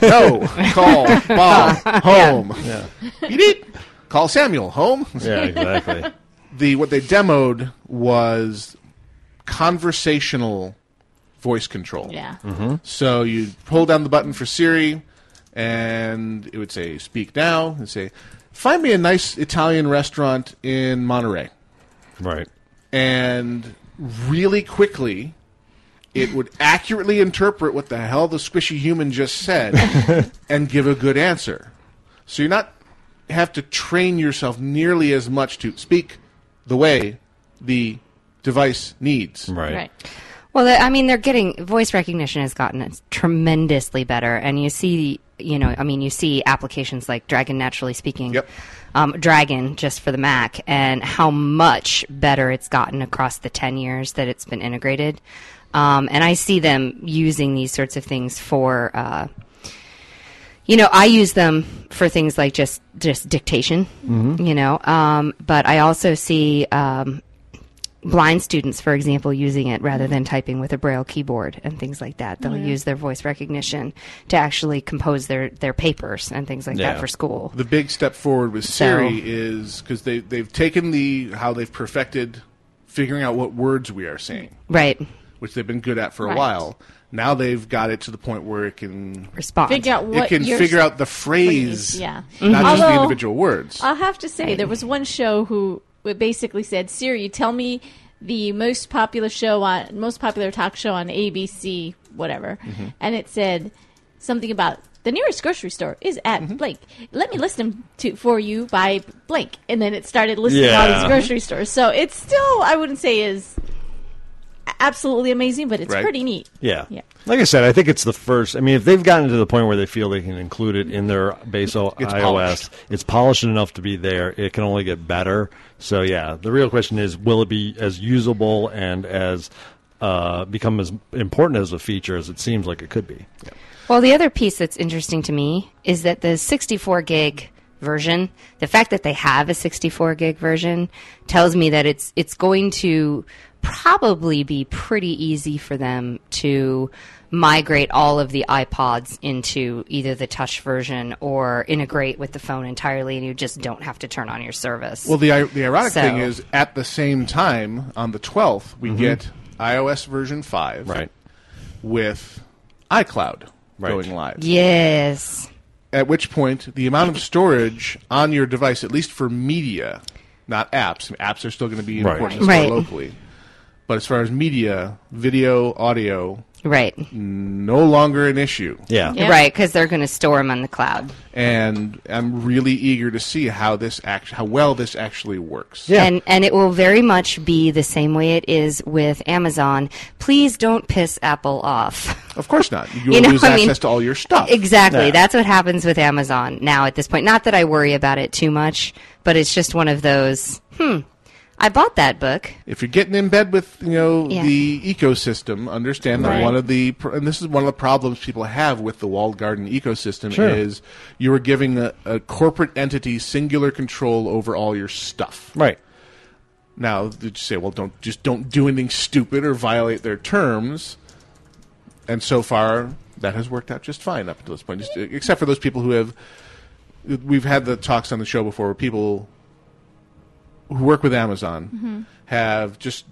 no. Call Bob home. Yeah. Beep beep. Call Samuel home. Yeah, exactly. the what they demoed was conversational voice control. Yeah. Mhm. So you pull down the button for Siri, and it would say "Speak now" and say, "Find me a nice Italian restaurant in Monterey." Right. And really quickly, it would accurately interpret what the hell the squishy human just said and give a good answer. So you're not have to train yourself nearly as much to speak the way the device needs. Right. Well, they- I mean, they're getting voice recognition has gotten tremendously better, and you see, you know, I mean, you see applications like Dragon Naturally Speaking, um, Dragon just for the Mac, and how much better it's gotten across the ten years that it's been integrated. Um, and I see them using these sorts of things for. Uh, you know i use them for things like just just dictation Mhm. you know um, but i also see um, blind students for example using it rather than typing with a braille keyboard and things like that they'll Yeah. use their voice recognition to actually compose their their papers and things like that for school The big step forward with So- Siri is because they they've taken the how they've perfected figuring out what words we are saying, right which they've been good at for a Right. while. Now they've got it to the point where it can respond. Figure out what it can you're- figure out the phrase, Phrase, yeah. not just the Although- individual words. I'll have to say there was one show who basically said, "Siri, tell me the most popular show on most popular talk show on ABC, whatever," Mhm. and it said something about the nearest grocery store is at Mm-hmm. blank. Let me list them to for you by blank, and then it started listing all Yeah. these grocery stores. So it's still, I wouldn't say is a- absolutely amazing, but it's Right. pretty neat. Yeah. Yeah. Like I said, I think it's the first. I mean, if they've gotten to the point where they feel they can include it in their base o- It's iOS, polished. it's polished enough to be there. It can only get better. So yeah, the real question is, will it be as usable and as uh, become as important as a feature as it seems like it could be? Well, the other piece that's interesting to me is that the 64 gig version, the fact that they have a 64 gig version tells me that it's it's going to probably be pretty easy for them to migrate all of the iPods into either the touch version or integrate with the phone entirely and you just don't have to turn on your service. Well, the, ir- the ironic So- thing is, at the same time, on the 12th, we get iOS version 5 right. with iCloud going live. Yes. At which point, the amount of storage on your device, at least for media, not apps, apps are still going to be Right. important to Right. store locally. But as far as media, video, audio, right, no longer an issue. Yeah, Right, cuz they're going to store them on the cloud. And I'm really eager to see how this act- how well this actually works. And and it will very much be the same way it is with Amazon. Please don't piss Apple off. Of course not. You, You will know, lose I access mean- to all your stuff. Exactly. Yeah. That's what happens with Amazon now at this point. Not that I worry about it too much, but it's just one of those, hmm, I bought that book. if you're getting in bed with you know Yeah. the ecosystem, understand that Right. one of the pr- and this is one of the problems people have with the walled garden ecosystem Sure. is you are giving a, a corporate entity singular control over all your stuff. Right. Now you say, well, don't just don't do anything stupid or violate their terms, and so far that has worked out just fine up until this point, just, except for those people who have. We've had the talks on the show before where people who work with Amazon Mhm. have just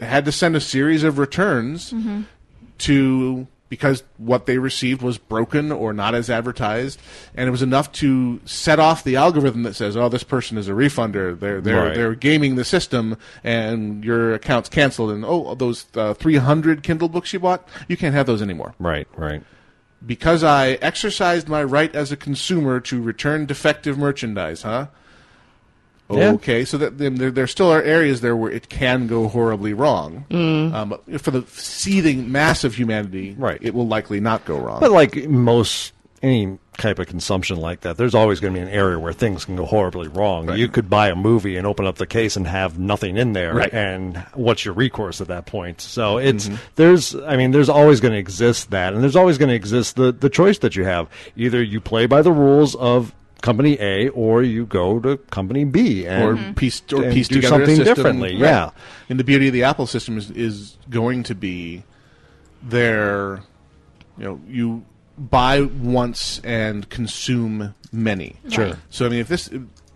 had to send a series of returns Mm-hmm. to because what they received was broken or not as advertised, and it was enough to set off the algorithm that says, "Oh, this person is a refunder. They're they're Right. they're gaming the system, and your account's canceled." And oh, those uh, three hundred Kindle books you bought, you can't have those anymore. Right, right. Because I exercised my right as a consumer to return defective merchandise, huh? Yeah. Okay, so that then there, there still are areas there where it can go horribly wrong. Mm. Um, but for the seething mass of humanity, right. it will likely not go wrong. But like most any type of consumption like that, there's always going to be an area where things can go horribly wrong. You could buy a movie and open up the case and have nothing in there, Right. Mm-hmm. and what's your recourse at that point? So it's there's I mean there's always going to exist that, and there's always going to exist the the choice that you have. Either you play by the rules of company A or you go to company B and or Mm-hmm. piece or and piece do together a something system. differently. Right. Yeah. and the beauty of the Apple system is is going to be their, you know, you buy once and consume many. Sure. Right. So I mean, if this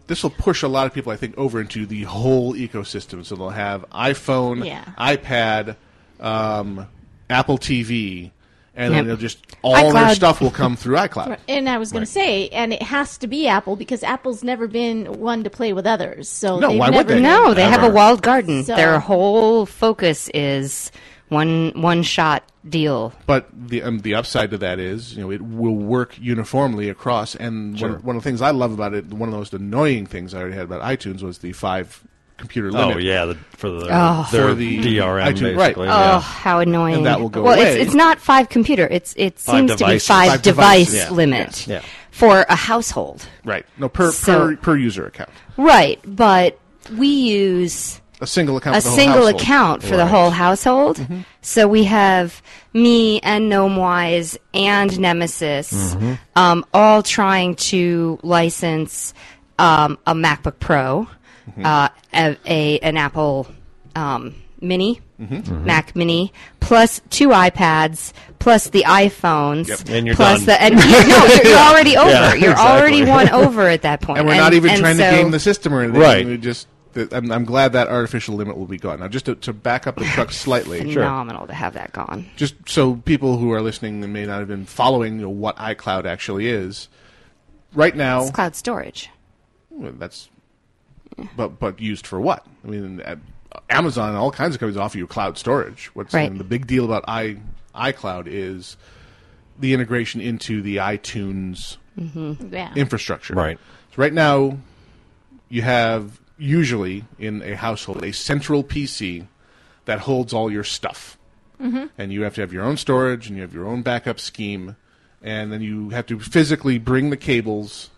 this will push a lot of people, I think, over into the whole ecosystem. So they'll have iPhone, Yeah. iPad, um, Apple TV, and Yep. then they'll just all their iCloud. stuff will come through iCloud. Right. And I was going to say, and it has to be Apple because Apple's never been one to play with others. So No, they've why never, would they? No, they have a Ever. walled garden. So- Their whole focus is one one shot deal. But the um, the upside to that is, you know, it will work uniformly across. And Sure. one, one of the things I love about it, one of the most annoying things I already had about iTunes was the five computer Oh, limit. yeah, the- for the- Oh. their DRM, right? basically, Oh, how annoying! And that will go well, away. It's, it's not five computer. It's it Five seems devices. to be five, Five device devices. Yeah. limit Yeah. for a household. right. No, per So- per per user account, Right, but we use a single account. a for the whole single household. account for the Right. Mm-hmm. whole household. So we have me and Gnomewise and Nemesis Mm-hmm. Mhm. um, all trying to license um, a MacBook Pro, Mhm. Mm-hmm. uh, a, a an Apple um, Mini, Mm-hmm. Mm-hmm. Mhm. Mhm. Mac Mini, plus two iPads, plus the iPhones, Yep. And you're plus done. the and you- no, you're, you're already Yeah, over. you're already exactly. one over at that point. And we're not even and trying so- to game the system or anything. Right. We just, th- I'm, I'm glad that artificial limit will be gone. Now, just to, to back up the truck slightly. Phenomenal to have that gone. Just so people who are listening and may not have been following you know, what iCloud actually is, right now. It's cloud storage. Well, that's. But but used for what? I mean, uh, Amazon and all kinds of companies offer you cloud storage. What's Right. and the big deal about i iCloud is the integration into the iTunes Mhm. Yeah. infrastructure. Right. So right now, you have usually in a household a central PC that holds all your stuff, Mhm. and you have to have your own storage and you have your own backup scheme, and then you have to physically bring the cables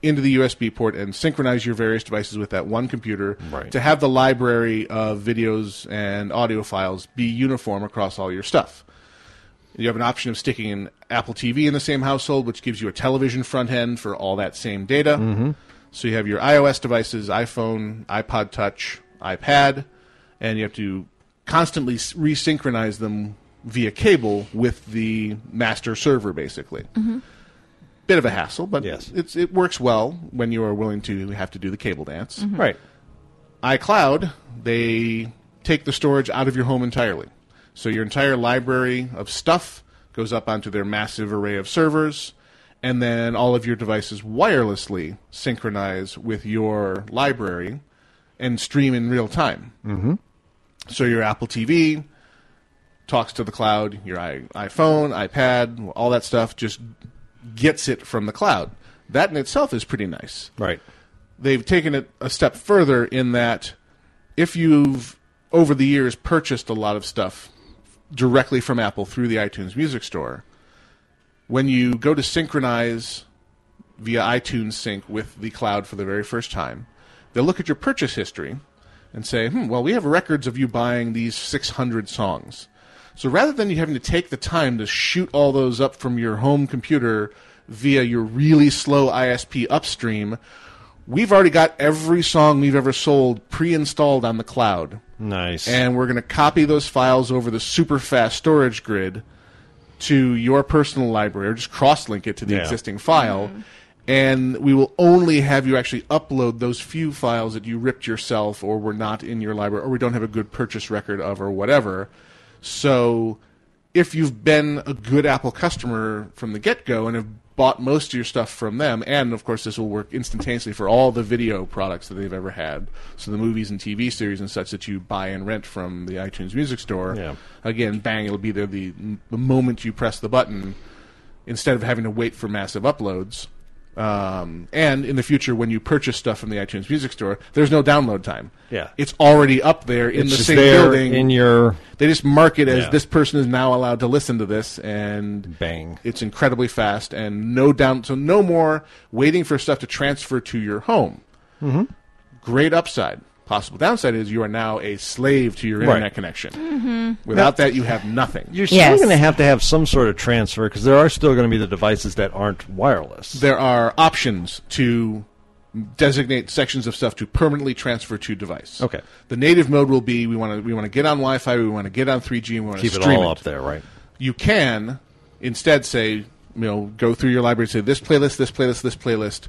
into the USB port and synchronize your various devices with that one computer Right. to have the library of videos and audio files be uniform across all your stuff. You have an option of sticking an Apple TV in the same household, which gives you a television front end for all that same data. Mhm. So you have your iOS devices, iPhone, iPod Touch, iPad, and you have to constantly s- resynchronize them via cable with the master server, basically Mhm. bit of a hassle, but it's, it works well when you are willing to have to do the cable dance. Mhm. Right. iCloud, they take the storage out of your home entirely. So your entire library of stuff goes up onto their massive array of servers, and then all of your devices wirelessly synchronize with your library and stream in real time. Mm-hmm. So your Apple TV talks to the cloud, your i- iPhone, iPad, all that stuff just gets it from the cloud. That in itself is pretty nice. Right. They've taken it a step further in that if you've over the years purchased a lot of stuff directly from Apple through the iTunes Music Store, when you go to synchronize via iTunes Sync with the cloud for the very first time, they'll look at your purchase history and say, hmm, well, we have records of you buying these 600 songs. So rather than you having to take the time to shoot all those up from your home computer via your really slow ISP upstream, we've already got every song we've ever sold pre installed on the cloud. Nice. And we're going to copy those files over the super fast storage grid to your personal library or just cross link it to the Yeah. existing file. And we will only have you actually upload those few files that you ripped yourself or were not in your library or we don't have a good purchase record of or whatever. So if you've been a good Apple customer from the get go and have bought most of your stuff from them, and of course, this will work instantaneously for all the video products that they've ever had. So the movies and TV series and such that you buy and rent from the iTunes Music Store, again, bang, it'll be there the, the moment you press the button instead of having to wait for massive uploads. Um, and in the future, when you purchase stuff from the iTunes Music Store, there's no download time. Yeah. It's already up there in It's the just same there building in your- They just mark it as Yeah. this person is now allowed to listen to this, and bang, it's incredibly fast and no down. So no more waiting for stuff to transfer to your home. Mm-hmm. Mhm. Great upside. Possible downside is you are now a slave to your Right. internet connection. Mhm. Without that, you have nothing. You're still going to have to have some sort of transfer because there are still going to be the devices that aren't wireless. There are options to designate sections of stuff to permanently transfer to device. Okay. The native mode will be we want to we want to get on Wi-Fi, we want to get on 3G, and we want Keep to it stream all up there, right? You can instead say you know go through your library, and say this playlist, this playlist, this playlist,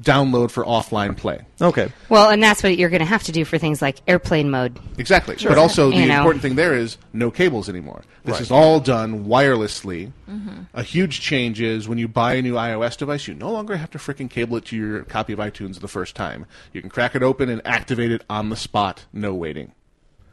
download for offline play. Okay. Well, and that's what you're going to have to do for things like airplane mode. Exactly. But also the You know. important thing there is no cables anymore. This Right. is all done wirelessly. Mhm. A huge change is when you buy a new iOS device, you no longer have to freaking cable it to your copy of iTunes the first time. You can crack it open and activate it on the spot, no waiting.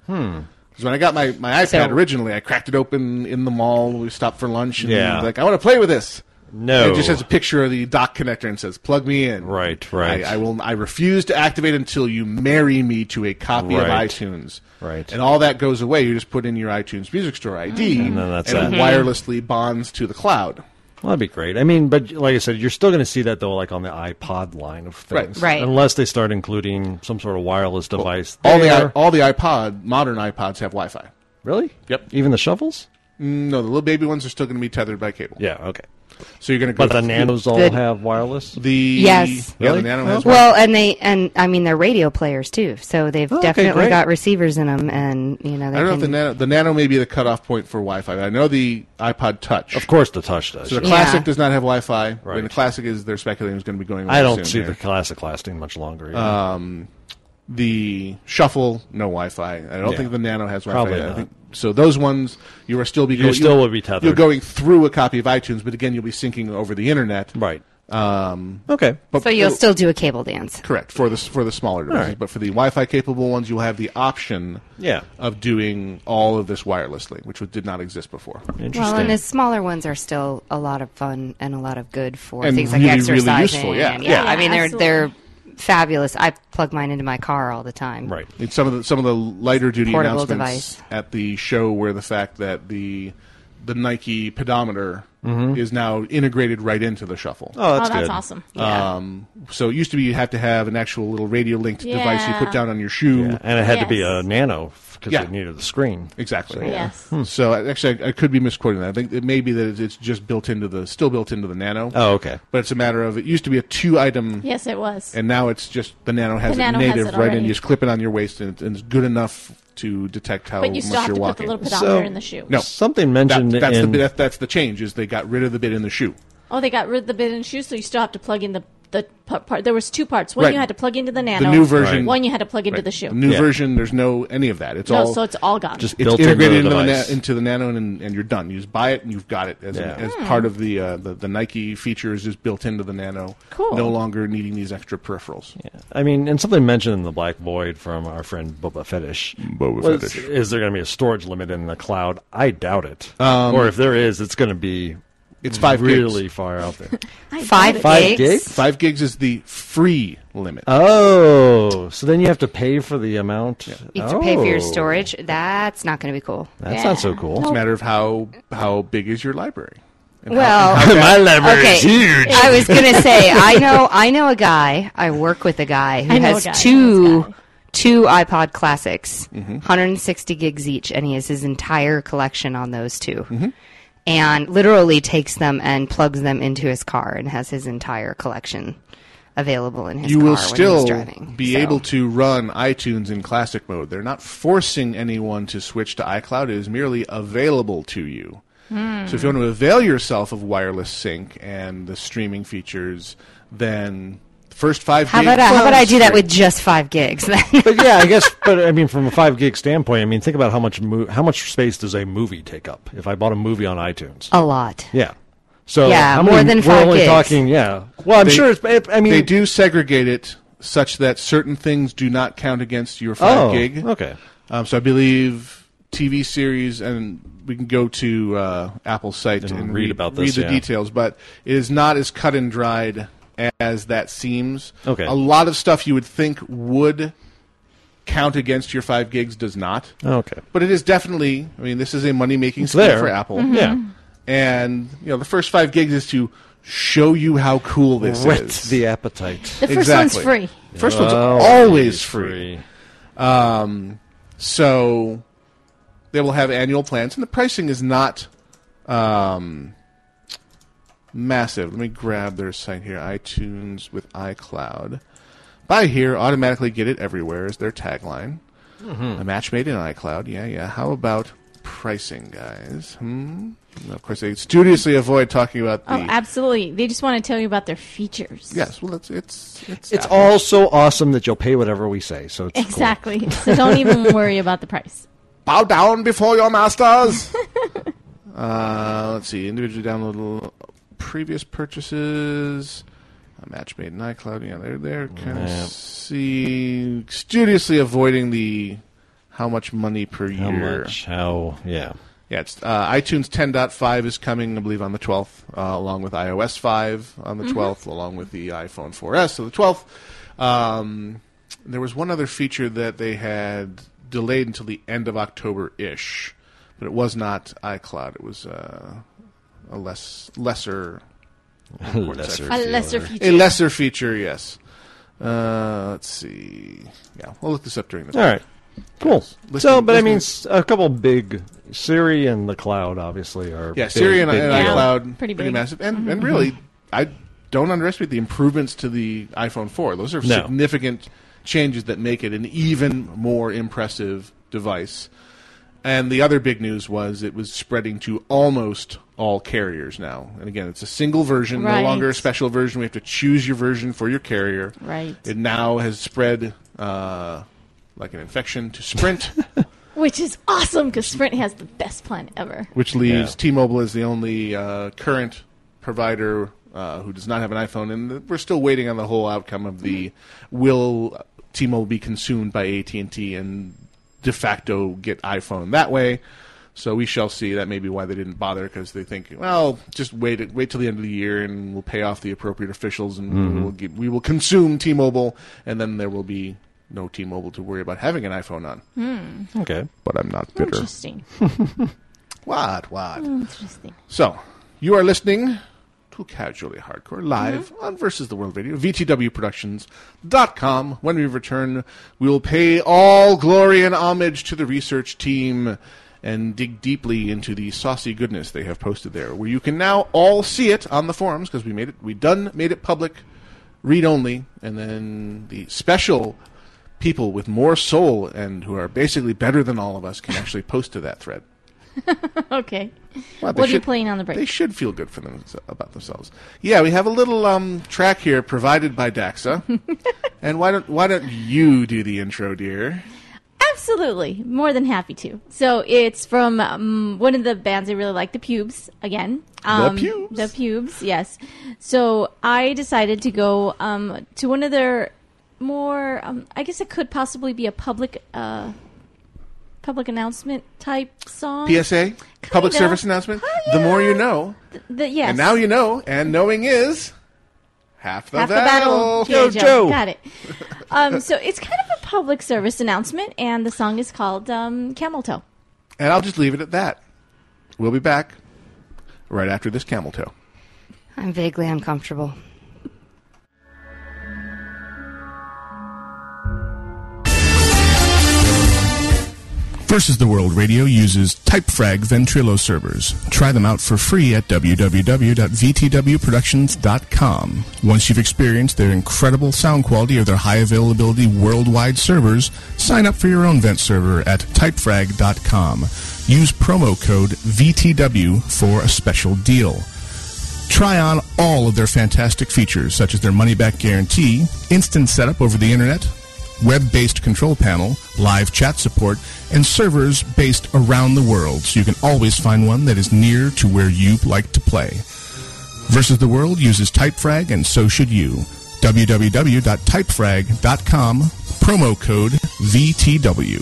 Hmm. Because when I got my, my iPad So- originally, I cracked it open in the mall. We stopped for lunch. And Yeah. Like, I want to play with this. No. And it just has a picture of the dock connector and says, plug me in. Right, right. I, I will. I refuse to activate until you marry me to a copy Right. of iTunes. Right. And all that goes away. You just put in your iTunes Music Store ID. And then that's and it. it wirelessly bonds to the cloud. Well, that'd be great. I mean, but like I said, you're still going to see that though, like on the iPod line of Right. things, Right. Unless they start including some sort of wireless device. All the there. i- all the iPod modern iPods have Wi-Fi. Really? Yep. Even the shovels? Mm, No, the little baby ones are still going to be tethered by cable. Yeah. Okay. So you're going to go. But the nanos all The- have wireless. The Yes. Yeah, E, the nano has. Well, and they and I mean they're radio players too, so they've Oh, okay, definitely great. got receivers in them, and you know I they don't know can, if the nano, the nano may be the cutoff point for Wi-Fi. But I know the iPod Touch. Of course, the Touch does. So the yeah. classic Yeah. does not have Wi-Fi. Right. Right. And the classic is they're speculating is going to be going. away I don't soon see here. the classic lasting much longer. either. Um, the shuffle, no Wi-Fi. I don't Yeah. think the Nano has Wi-Fi. Probably I not. think- so those ones, you are still be You still you'll- would be tethered. You're going through a copy of iTunes, but again, you'll be syncing over the internet. Right. Um, okay. so you'll still do a cable dance. correct for the s- for the smaller devices, right. but for the Wi-Fi capable ones, you'll have the option. Yeah. Of doing all of this wirelessly, which did not exist before. Well, and the smaller ones are still a lot of fun and a lot of good for And things like really, really exercising. useful, yeah. and- Yeah, I mean, they're absolutely. they're fabulous. I plug mine into my car all the time. Right. And some of the some of the lighter duty Portable announcements device. at the show were the fact that the the Nike pedometer Mhm. is now integrated right into the shuffle. Oh, that's Oh, that's good. awesome. Um, so it used to be you had to have an actual little radio linked device you Yeah. put down on your shoe, Yeah, and it had to be a nano because Yeah. it needed the screen. Hmm. Exactly. So, Yes. So I- actually, I, I could be misquoting that. I think it may be that it's just built into the still built into the Nano. Oh, okay. But it's a matter of it used to be a two item. Yes, it was. And now it's just the Nano has The it Nano has native it right in. already. You just clip it on your waist, and, it, and it's good enough to detect how But you much still you're have to put the walking. little pedometer So- in the shoe. No, something mentioned. that's in- the that, that's the change is they got rid of the bit in the shoe. Oh, they got rid of the bit and shoe, so you still have to plug in the the pu- part. There was two parts. One Right. you had to plug into the nano. the new version. One you had to plug into Right. the shoe. new version. There's no any of that. It's No, all so it's all gone. Just it's built into integrated the into, the device. na- into the Nano, and, and you're done. You just buy it, and you've got it as, an- Yeah. as Hmm. part of the, uh, the the Nike feature is just built into the Nano. Cool. No longer needing these extra peripherals. Yeah. I mean, and something mentioned in the Black Void from our friend Boba Fetish. Boba was, Fettish. Is there going to be a storage limit in the cloud? I doubt it. Um, or if there is, it's going to be it's five gigs. really far out there. Five Five gigs? Five gigs is the free limit. oh, so then you have to pay for the amount. You have to pay for your Oh, storage. That's not going to be cool. That's not so cool. It's a matter of how how big is your library. And how- Well, and how My bad- library okay. I was gonna say I know I know a guy. I work with a guy I who know a has guy. two two iPod classics, Mm-hmm. 160 gigs each, and he has his entire collection on those 2 Mm-hmm. And literally takes them and plugs them into his car and has his entire collection available in his you car will when still he's driving. be So- able to run iTunes in classic mode. They're not forcing anyone to switch to iCloud. It is merely available to you. Mm-hmm. Hmm. So if you want to avail yourself of wireless sync and the streaming features, then the first five How gigs. about I, how about I do that with just five gigs? but yeah, I guess. But I mean, from a five gig standpoint, I mean, think about how much mo- how much space does a movie take up? If I bought a movie on iTunes, a lot. Yeah. So Yeah, how more many- than We're five only gigs. talking. Yeah. Well, I'm They- sure. It's, I mean, they do segregate it such that certain things do not count against your five Oh, gig. okay. Um, so I believe TV series, and we can go to uh, Apple's site and, And read about this, read the yeah. details. But it is not as cut and dried as that seems. Okay. A lot of stuff you would think would count against your five gigs does not. Okay. But it is definitely. I mean, this is a money making It's scheme there. for Apple. Mhm. Yeah. And you know, the first five gigs is to show you how cool this Whet is. the appetite. Oh. The first one's free. First one's Well, always it's free. Um, so they will have annual plans, and the pricing is not um, massive. Let me grab their site here: iTunes with iCloud. Buy here, automatically get it everywhere is their tagline. Mhm. A match made in iCloud. Yeah, yeah. How about pricing, guys? Hmm. And Of course, they studiously avoid talking about the. Oh, absolutely. They just want to tell you about their features. yes, well, it's it's it's, It's all so awesome that you'll pay whatever we say. So it's Exactly. so don't even worry about the price. Bow down before your masters. uh, let's see. Individually downloadable previous purchases. A match made in iCloud. Yeah, they're there. Kind Yeah. of see studiously avoiding the How much money per How year? much? How? Yeah. Yeah, it's, uh, iTunes 10.5 is coming, I believe, on the 12th, uh, along with iOS 5 on the Mm-hmm. Mhm. 12th, along with the iPhone 4S. So the 12th. Um, there was one other feature that they had delayed until the end of October ish, but it was not iCloud. It was uh, a less lesser Lesser A lesser feature. A lesser feature, yes. Uh, let's see. Yeah, we'll look this up during the. All right. Cool. Listen- so, but I mean, listen- s- a couple big Siri and the cloud, obviously, are Yeah, big, Siri and, big and deal. iCloud, pretty pretty, big. massive, and Mhm. Mm-hmm. and really, I don't underestimate the improvements to the iPhone 4. Those are No. significant changes that make it an even more impressive device. And the other big news was it was spreading to almost all carriers now. And again, it's a single version, no Right. longer a special version. We have to choose your version for your carrier. Right. It now has spread uh, like an infection to Sprint. Which is awesome because Sprint has the best plan ever. which leaves T-Mobile as the only uh, current provider uh, who does not have an iPhone, and th- we're still waiting on the whole outcome of the will T-Mobile be consumed by AT and T and de facto get iPhone that way. So we shall see. That may be why they didn't bother because they think, well, just wait, wait till the end of the year, and we'll pay off the appropriate officials, and we Mhm. will get, we will consume T-Mobile, and then there will be no T-Mobile to worry about having an iPhone on. Hmm. Okay, but I'm not bitter. Interesting. What? What? Hmm. Interesting. So, you are listening to Casually Hardcore live on Versus the World Radio, VTWProductions.com. When we return, we will pay all glory and homage to the research team and dig deeply into the saucy goodness they have posted there, where you can now all see it on the forums because we made it, we done made it public, read only, and then the special people with more soul and who are basically better than all of us can actually post to that thread. okay. Well, what they are you should- playing on the break? They should feel good for them about themselves. Yeah, we have a little um, track here provided by Daxa, and why don't why don't you do the intro, dear? Absolutely. More than happy to. So it's from um, one of the bands I really like, The Pubes, again. Um, Pubes? The Pubes, yes. So I decided to go um, to one of their more, um, I guess it could possibly be a public. Uh, Public announcement type song. PSA, public Kinda. service announcement. The more you know, The, yes. and now you know, and knowing is half the Half the battle. battle. Jojo. Got it. Um, so it's kind of a public service announcement, and the song is called um, Camel Toe. And I'll just leave it at that. We'll be back right after this camel toe. I'm vaguely uncomfortable. Versus the World Radio uses Typefrag Ventrilo servers. Try them out for free at www.vtwproductions.com. Once you've experienced their incredible sound quality of their high availability worldwide servers, sign up for your own vent server at typefrag.com. Use promo code VTW for a special deal. Try on all of their fantastic features, such as their money back guarantee, instant setup over the internet, web based control panel, live chat support, and servers based around the world, so you can always find one that is near to where you like to play. Versus the World uses Typefrag, and so should you. www.typefrag.com, promo code VTW.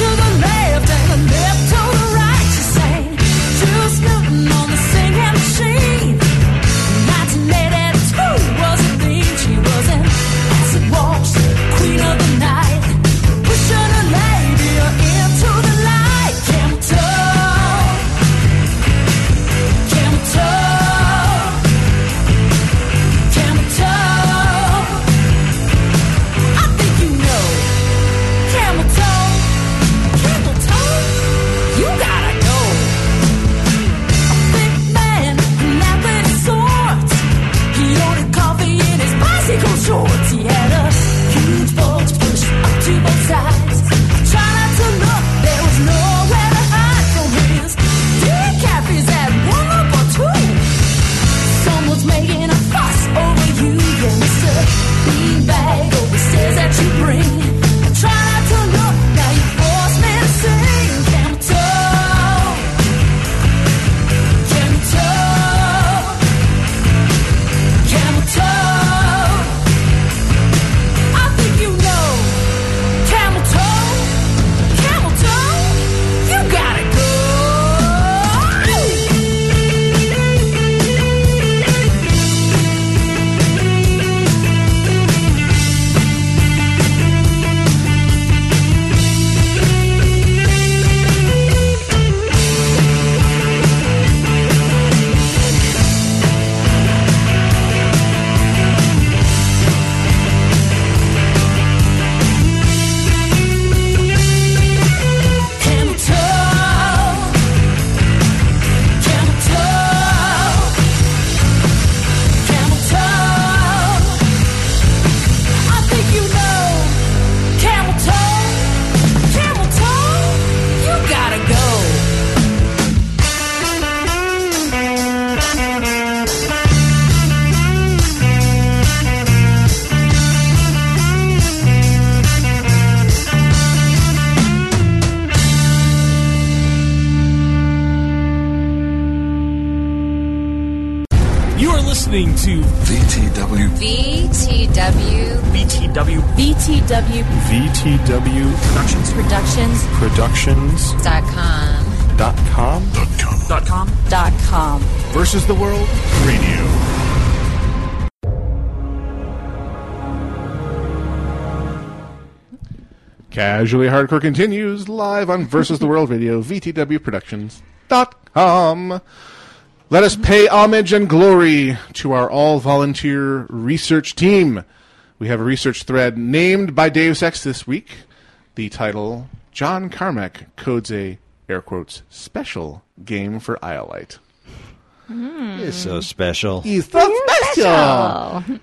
To the left and a lip to the right, she sang, to listening to VTW. VTW. VTW. VTW. VTW Productions. Productions. Productions. Dot com. Dot com. Dot com. Dot com. Dot com. Versus the World Radio. Casually Hardcore continues live on Versus the World Radio, VTWProductions.com. Let us pay homage and glory to our all volunteer research team. We have a research thread named by Deus Ex this week. The title John Carmack codes a air quotes special game for Iolite. It's so special. He's so Mm. special.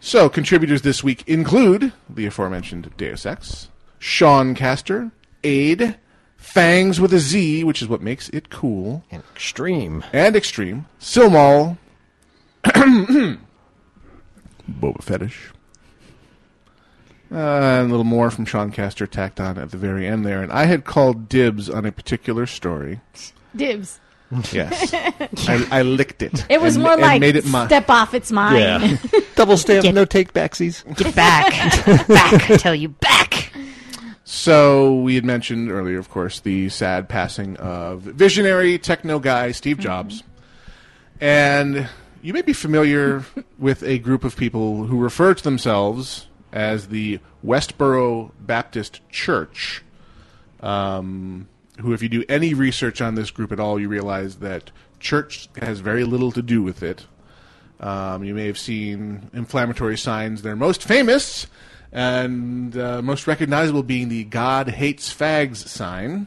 So, contributors this week include the aforementioned Deus Ex, Sean Caster, Aid, Fangs with a Z, which is what makes it cool, and extreme, and extreme, Uh, Silmal, Boba Fetish, uh, and a little more from Sean Caster tacked on at the very end there. And I had called dibs on a particular story. Dibs. Yes. I, I licked it. It was and- more and like made it mine. step off, it's mine. Double stamp, no take backsies. Get back. back. I tell you, back. So we had mentioned earlier, of course, the sad passing of visionary techno guy Steve Jobs, and you may be familiar with a group of people who refer to themselves as the Westboro Baptist Church. Um, who, if you do any research on this group at all, you realize that church has very little to do with it. Um, you may have seen inflammatory signs. They're most famous and uh, most recognizable being the "God hates fags" sign,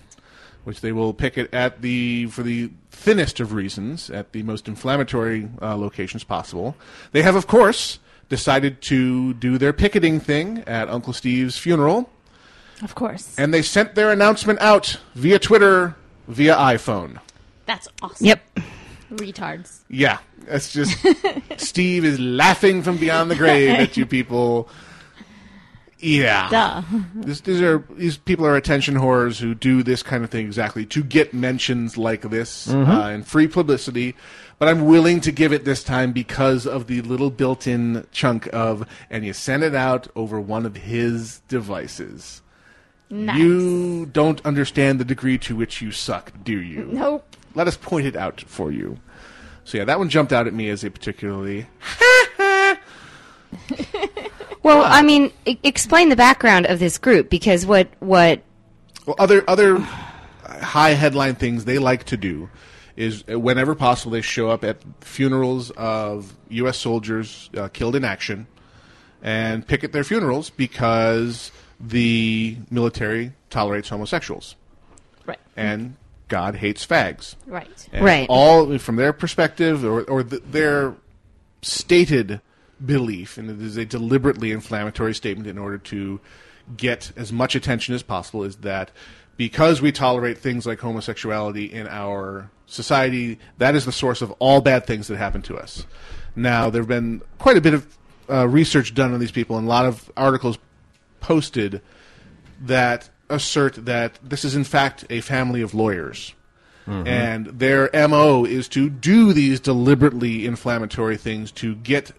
which they will picket at the for the thinnest of reasons at the most inflammatory uh, locations possible. They have, of course, decided to do their picketing thing at Uncle Steve's funeral. Of course. And they sent their announcement out via Twitter, via iPhone. That's awesome. Yep. Retards. Yeah, that's just Steve is laughing from beyond the grave at you people. Yeah, Duh. This, these are these people are attention whores who do this kind of thing exactly to get mentions like this Mhm. uh, and free publicity. But I'm willing to give it this time because of the little built-in chunk of and you send it out over one of his devices. Nice. You don't understand the degree to which you suck, do you? Nope. Let us point it out for you. So yeah, that one jumped out at me as a particularly Well, I mean, e- explain the background of this group because what what well, other other high headline things they like to do is uh, whenever possible they show up at funerals of U.S. soldiers uh, killed in action and picket their funerals because the military tolerates homosexuals. Right. And God hates fags. Right. And Right. All from their perspective or, or th their stated belief, and it is a deliberately inflammatory statement in order to get as much attention as possible, is that because we tolerate things like homosexuality in our society, that is the source of all bad things that happen to us. Now, there have been quite a bit of uh, research done on these people and a lot of articles posted that assert that this is in fact a family of lawyers. Mhm. And their MO is to do these deliberately inflammatory things to get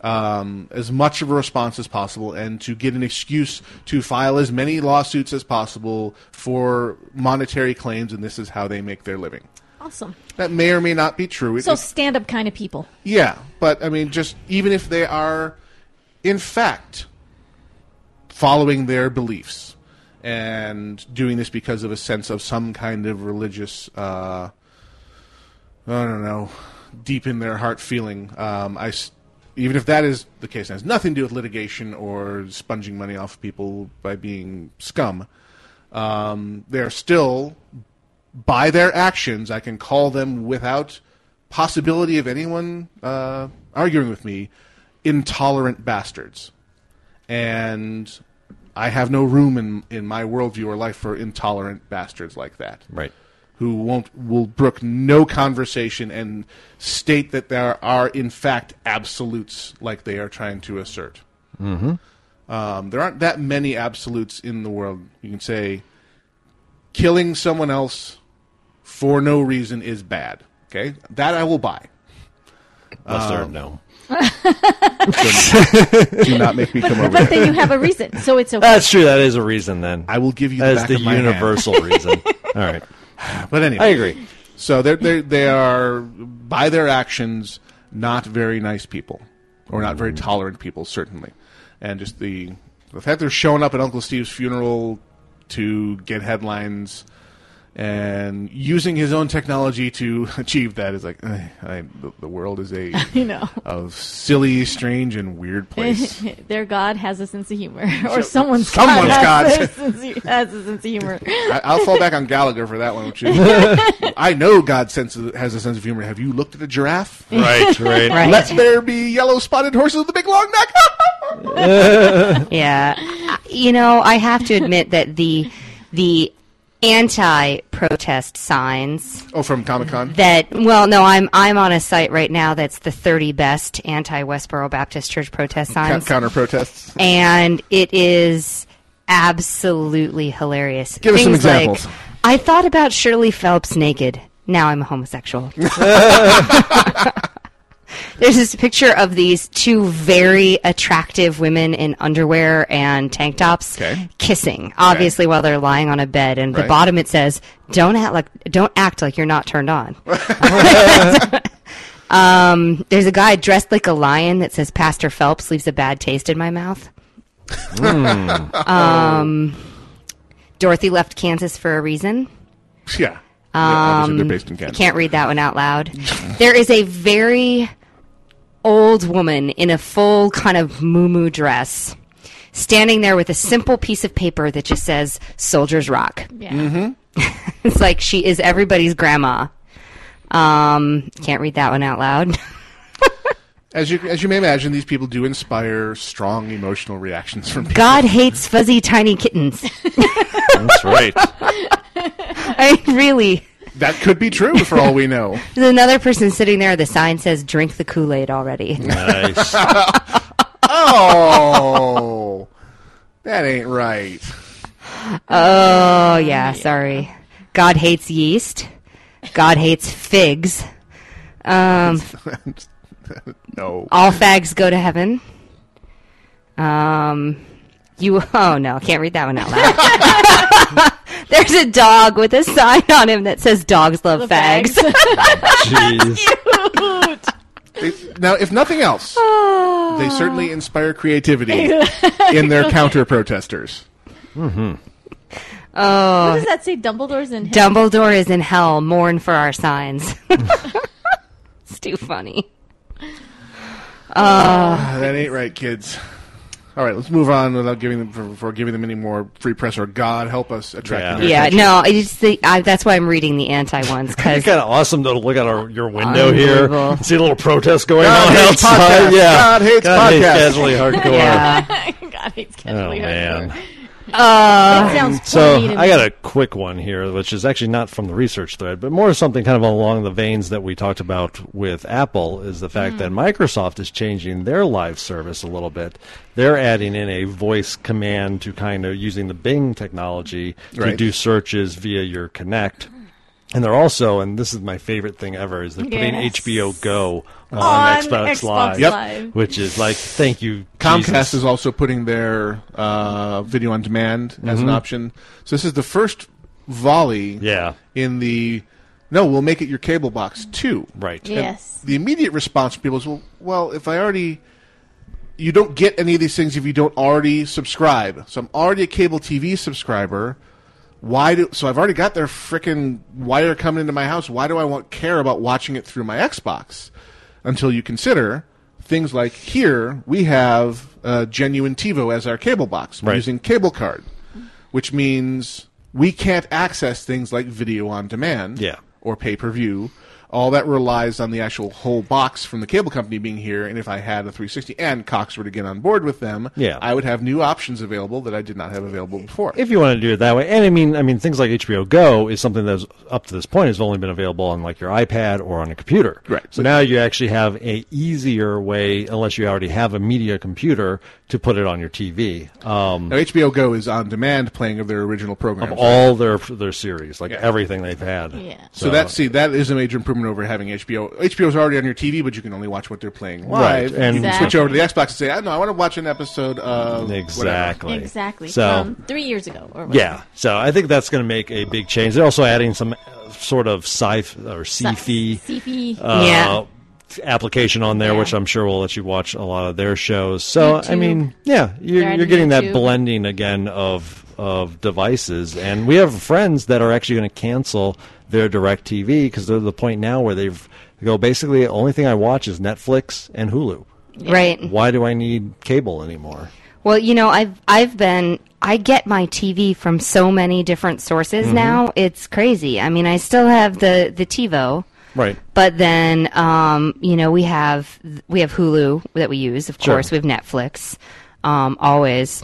um, as much of a response as possible and to get an excuse to file as many lawsuits as possible for monetary claims, and this is how they make their living. Awesome. That may or may not be true. It- So it- stand up kind of people. yeah, but I mean, just even if they are, in fact, following their beliefs and doing this because of a sense of some kind of religious, uh, I don't know, deep in their heart feeling, um, I. s- Even if that is the case, it has nothing to do with litigation or sponging money off people by being scum. Um, they're still by their actions, I can call them without possibility of anyone uh, arguing with me intolerant bastards. And I have no room in, in my worldview or life for intolerant bastards like that. Right. Who won't will brook no conversation and state that there are in fact absolutes like they are trying to assert. Mm-hmm. Um, there aren't that many absolutes in the world. You can say killing someone else for no reason is bad. Okay, that I will buy. Mustard, Um, no. Do not make me But, come over. but then you have a reason, so it's okay. That's true. That is a reason. Then I will give you that the back is the of my hand. universal reason. All right. But anyway, I agree. So they're, they're they are by their actions not very nice people, or not Mm. very tolerant people, certainly. And just the the fact they're showing up at Uncle Steve's funeral to get headlines and using his own technology to achieve that is like eh, I, the, the world is a You know. of silly, strange, and weird place. Their God has a sense of humor, or someone's someone's God has, God. A sense, has a sense of humor. I, I'll fall back on Gallagher for that one. Which is, I know God sense has a sense of humor. Have you looked at a giraffe? Right, right. Right. Let there be yellow spotted horses with a big long neck. yeah, I- you know, I have to admit that the the anti-protest signs. Oh, from Comic Con. That well, no, I'm I'm on a site right now that's the 30 best anti-Westboro Baptist Church protest signs, Counter protests. and it is absolutely hilarious. Give us some Things like, examples. I thought about Shirley Phelps naked. Now I'm a homosexual. There's this picture of these two very attractive women in underwear and tank tops kissing, obviously while they're lying on a bed. And Right. the bottom it says, "Don't act like don't act like you're not turned on." um, there's a guy dressed like a lion that says, "Pastor Phelps leaves a bad taste in my mouth." Hmm. Mm. um, Dorothy left Kansas for a reason. Yeah. Um, obviously they're based in Kansas. Can't read that one out loud. there is a very old woman in a full kind of moo dress standing there with a simple piece of paper that just says "Soldiers Rock." Yeah. it's like she is everybody's grandma. Um, can't read that one out loud. As you as you may imagine, these people do inspire strong emotional reactions from people. God hates fuzzy tiny kittens. That's right. I really. That could be true for all we know. There's another person sitting there. The sign says, "Drink the Kool Aid already." Nice. oh, that ain't right. Oh yeah, sorry. God hates yeast. God hates figs. Um, no. all fags go to heaven. Um, you. Oh no, can't read that one out loud. There's a dog with a sign on him that says "Dogs love Love fags." Now, if nothing else, they certainly inspire creativity in their counter protesters. Mm-hmm. What oh, does that say? Dumbledore's in hell? Dumbledore is in hell. Mourn for our signs. it's too funny. Uh, that ain't right, kids. All right, let's move on without giving them before giving them any more free press. Or God help us attract. Yeah. their yeah, attention. no, it's the, I, that's why I'm reading the anti ones It's because kind of awesome to look out our, your window here, Unbelievable. and see a little protest going God on hates outside. podcasts. Yeah, God hates podcasts. casually hardcore. Yeah. God hates Oh casually man. That sounds Uh, so pointy to I me. got a quick one here, which is actually not from the research thread, but more something kind of along the veins that we talked about with Apple is the fact Mm. that Microsoft is changing their live service a little bit. They're adding in a voice command to kind of using the Bing technology to Right. do searches via your Connect. And they're also, and this is my favorite thing ever, is they're putting Yes. HBO Go on, On Xbox, Xbox Live, Live. which is like, thank you, Comcast Jesus. is also putting their uh, video on demand as an Mhm. option. So this is the first volley. Yeah. In the no, we'll make it your cable box too. Right. And Yes. the immediate response from people is well, well, if I already you don't get any of these things if you don't already subscribe. So I'm already a cable TV subscriber. Why do so? I've already got their frickin' wire coming into my house. Why do I want care about watching it through my Xbox? Until you consider things like here we have uh, genuine TiVo as our cable box Right. using cable card, which means we can't access things like video on demand Yeah. or pay per view. All that relies on the actual whole box from the cable company being here. And if I had a 360 and Cox were to get on board with them, Yeah. I would have new options available that I did not have available before. If you want to do it that way, and I mean, I mean, things like HBO Go is something that's up to this point has only been available on like your iPad or on a computer. Right. So now you actually have a easier way, unless you already have a media computer, to put it on your TV. Um, Now, HBO Go is on demand playing of their original programs. of all their their series, like everything they've had. So, that see that is a major improvement and over having HBO. HBO's already on your TV, but you can only watch what they're playing Right, live. and- you can switch Exactly. over to the Xbox and say, "I know, I want to watch an episode of whatever." Exactly. Exactly. So- From three years ago or whatever. Yeah, so I think that's going to make a big change. They're also adding some uh, sort of sci or sci-fi, sci-fi. uh, Yeah. application on there, which I'm sure will let you watch a lot of their shows. So I YouTube. mean, yeah, They're you're, you're adding getting that YouTube. blending again of of devices, and we have friends that are actually going to cancel their Direct TV because they're at the point now where they've they go basically the only thing I watch is Netflix and Hulu. Right. Why do I need cable anymore? Well, you know, I've I've been I get my TV from so many different sources Mhm. now. It's crazy. I mean, I still have the the TiVo, Right. but then um, you know we have we have Hulu that we use, of Sure. course. We have Netflix, um, always,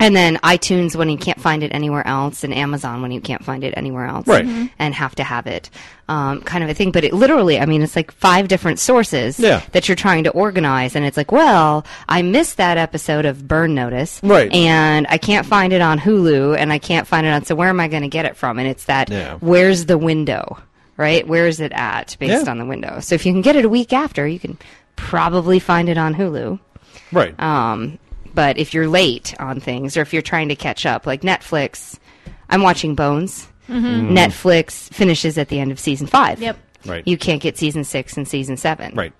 and then iTunes when you can't find it anywhere else, and Amazon when you can't find it anywhere else, Right. Mhm. And have to have it, um, kind of a thing. But it literally, I mean, it's like five different sources Yeah. that you're trying to organize, and it's like, well, I missed that episode of Burn Notice, Right. And I can't find it on Hulu, and I can't find it on. So where am I going to get it from? And it's that Yeah. where's the window, right? Where is it at based Yeah. on the window? So if you can get it a week after, you can probably find it on Hulu. Right. Um, but if you're late on things or if you're trying to catch up, like Netflix, I'm watching Bones. Mm-hmm. Mhm. Mm. Netflix finishes at the end of season five. Yep. Right. You can't get season six and season seven. Right.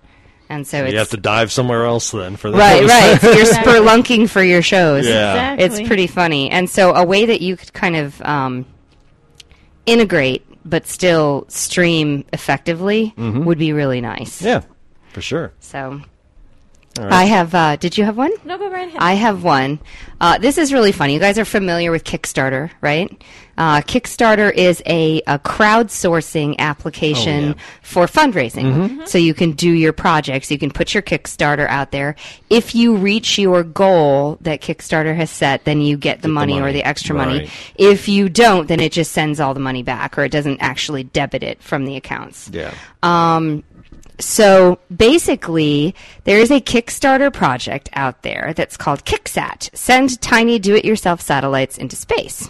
And so it's you have to dive somewhere else then for that. Right, right. So You're spurlunking for your shows. Yeah. It's Exactly. pretty funny. And so, a way that you could kind of um, integrate but still stream effectively Mhm. would be really nice. Yeah, for sure. So, All right. I have. Uh, did you have one? No, go right ahead. I have one. Uh, this is really funny. You guys are familiar with Kickstarter, right? Uh, Kickstarter is a, a crowdsourcing application for fundraising. So you can do your projects, you can put your Kickstarter out there. If you reach your goal that Kickstarter has set, then you get the, money, or money. the extra Right. money. If you don't, then it just sends all the money back, or it doesn't actually debit it from the accounts. Yeah. Um, so basically, there is a Kickstarter project out there that's called Kicksat Send Tiny Do It Yourself Satellites into Space.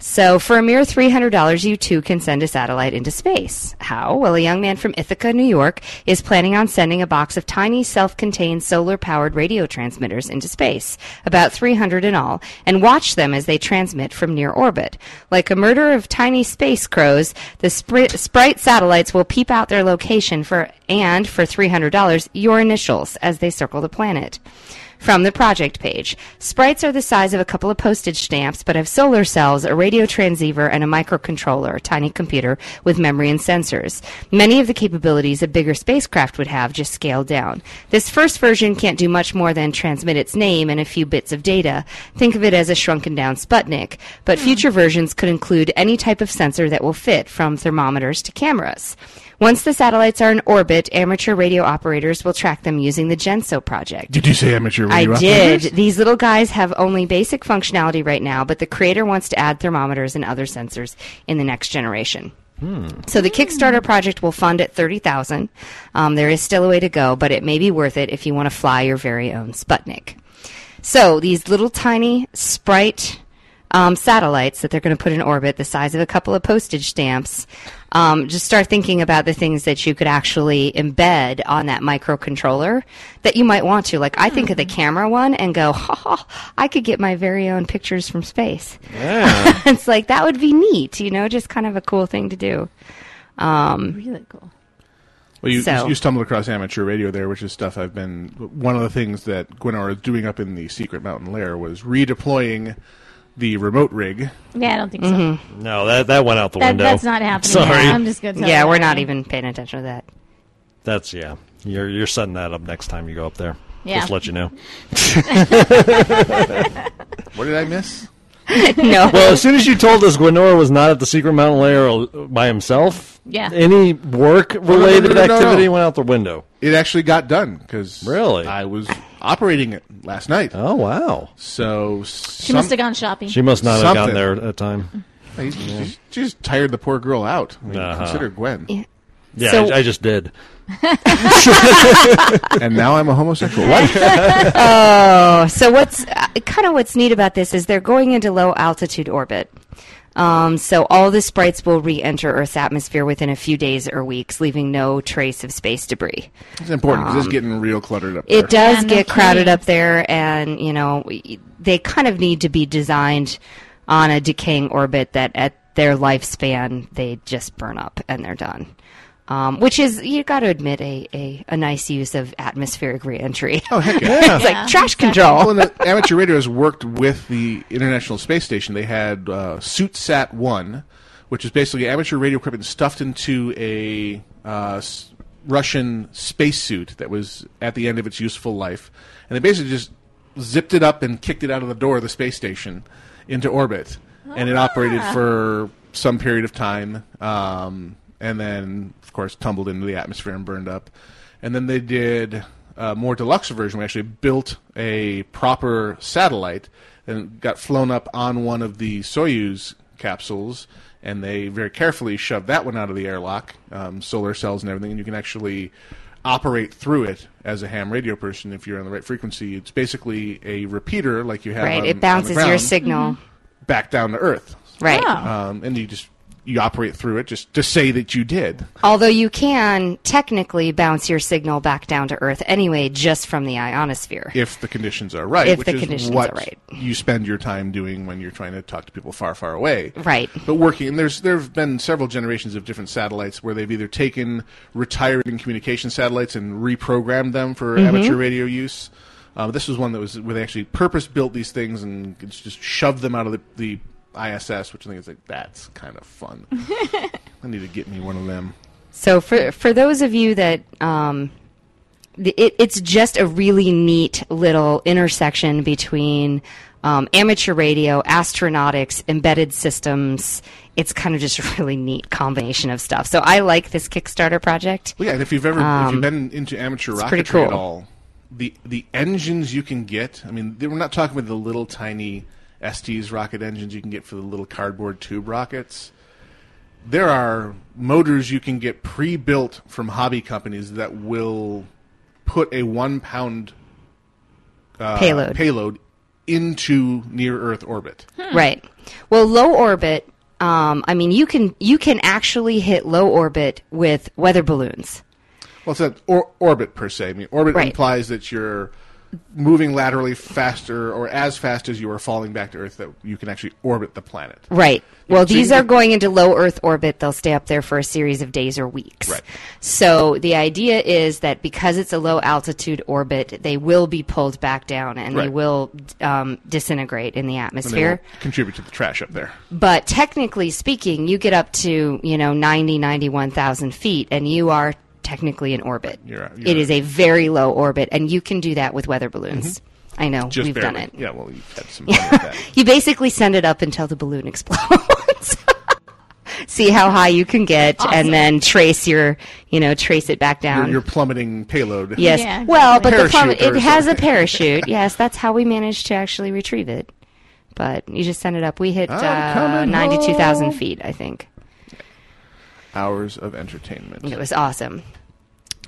So, for a mere $300, you too can send a satellite into space. How? Well, a young man from Ithaca, New York, is planning on sending a box of tiny self contained solar powered radio transmitters into space, about 300 in all, and watch them as they transmit from near orbit. Like a murder of tiny space crows, the spri- sprite satellites will peep out their location for, and for $300, your initials as they circle the planet from the project page. Sprites are the size of a couple of postage stamps, but have solar cells, a radio transceiver, and a microcontroller, a tiny computer with memory and sensors. Many of the capabilities a bigger spacecraft would have, just scaled down. This first version can't do much more than transmit its name and a few bits of data. Think of it as a shrunken down Sputnik, Hmm. but future versions could include any type of sensor that will fit, from thermometers to cameras. Once the satellites are in orbit, amateur radio operators will track them using the GENSO project. Did you say amateur I radio did. operators? These little guys have only basic functionality right now, but the creator wants to add thermometers and other sensors in the next generation. So the Kickstarter project will fund at thirty thousand. Um, there is still a way to go, but it may be worth it if you want to fly your very own Sputnik. So these little tiny sprite um, satellites that they're going to put in orbit, the size of a couple of postage stamps. Um, just start thinking about the things that you could actually embed on that microcontroller that you might want to. Like I think of the camera one and go, ha, ha, I could get my very own pictures from space. Yeah. it's like that would be neat, you know, just kind of a cool thing to do. Um, really cool. Well, you, So- you stumbled across amateur radio there, which is stuff I've been. One of the things that Gwenor is doing up in the secret mountain lair was redeploying the remote rig. Yeah, I don't think so. Mm-hmm. No, that that went out the That- window. that's not happening. Sorry, I'm just gonna tell mm-hmm. yeah, you we're that. not even paying attention to that. that's yeah. You're you're setting that up next time you go up there. Yeah. Just let you know. What did I miss? no. Well, as soon as you told us Gwenora was not at the secret mountain lair al- by himself, Yeah. any work No, related no, no, no, no. activity went out the window. It actually got done because really I was operating it last night. Oh wow! So She must have gone shopping. She must not have Something. gotten there at a time. She just, she just tired the poor girl out. I mean, Uh-huh. Consider Gwen. Yeah, Yeah, So- I, I just did. and now I'm a homosexual. oh, so what's uh, kind of what's neat about this is they're going into low altitude orbit. Um, so all the sprites will re-enter Earth's atmosphere within a few days or weeks, leaving no trace of space debris. It's important 'cause Um, it's getting real cluttered up there. It does And get the crowded caves. up there, and you know we- they kind of need to be designed on a decaying orbit that at their lifespan they just burn up and they're done. Um, which is you got to admit a, a, a nice use of atmospheric reentry. Oh heck it's like trash control. Well, and the amateur radio has worked with the International Space Station. They had uh, SuitSat One, which is basically amateur radio equipment stuffed into a uh, s- Russian spacesuit that was at the end of its useful life, and they basically just zipped it up and kicked it out of the door of the space station into orbit, and it operated Ah. for some period of time, um, and then of course tumbled into the atmosphere and burned up. And then they did a more deluxe version. We actually built a proper satellite and got flown up on one of the Soyuz capsules, and they very carefully shoved that one out of the airlock, um, solar cells and everything, and you can actually operate through it as a ham radio person if you're on the right frequency. It's basically a repeater like you have Right, on- it on the bounces your ground signal. Mhm. back down to earth. Right. Oh. Um, and you just you operate through it just to say that you did. Although you can technically bounce your signal back down to Earth anyway, just from the ionosphere. If the conditions are right, If which the is conditions what are right. you spend your time doing when you're trying to talk to people far, far away. Right. But working, and there's there have been several generations of different satellites where they've either taken retiring communication satellites and reprogrammed them for Mm-hmm. Mhm. amateur radio use. Um, this was one that was where they actually purpose built these things and just shoved them out of the, the ISS, which I think is like that's kind of fun. I need to get me one of them. So for for those of you that um, the, it, it's just a really neat little intersection between um, amateur radio, astronautics, embedded systems. It's kind of just a really neat combination of stuff. So I like this Kickstarter project. Well, yeah, and if you've ever if Um, you've been into amateur it's pretty rocketry at cool. all, the the engines you can get. I mean, they- we're not talking about the little tiny ST's rocket engines you can get for the little cardboard tube rockets. There are motors you can get pre-built from hobby companies that will put a one-pound uh, Payload. payload into near-Earth orbit. Right. Well, low orbit. Um, I mean, you can you can actually hit low orbit with weather balloons. Well, it's not or- orbit per se. I mean, orbit Right. implies that you're moving laterally faster or as fast as you are falling back to Earth that you can actually orbit the planet. Right. Well, So you these can- are going into low Earth orbit. They'll stay up there for a series of days or weeks. Right. So the idea is that because it's a low altitude orbit, they will be pulled back down and they Right. will um, disintegrate in the and they atmosphere. will contribute to the trash up there. But technically speaking, you get up to, you know, 90, 91,000 feet and you are technically in orbit. You're out- It you're is a very low orbit and you can do that with weather balloons. I know. Mm-hmm. Just we've barely. done it. Yeah, well, you've had some fun with that. You basically send it up until the balloon explodes. See how high you can get, and then trace your, you know, trace it back down. Your, your plummeting payload. yes. Well, but the Parachute plummet, or it has a something. parachute. yes, that's how we managed to actually retrieve it. But you just send it up. We hit I'm uh, coming ninety-two thousand home. feet, I think. Hours of entertainment. It was awesome.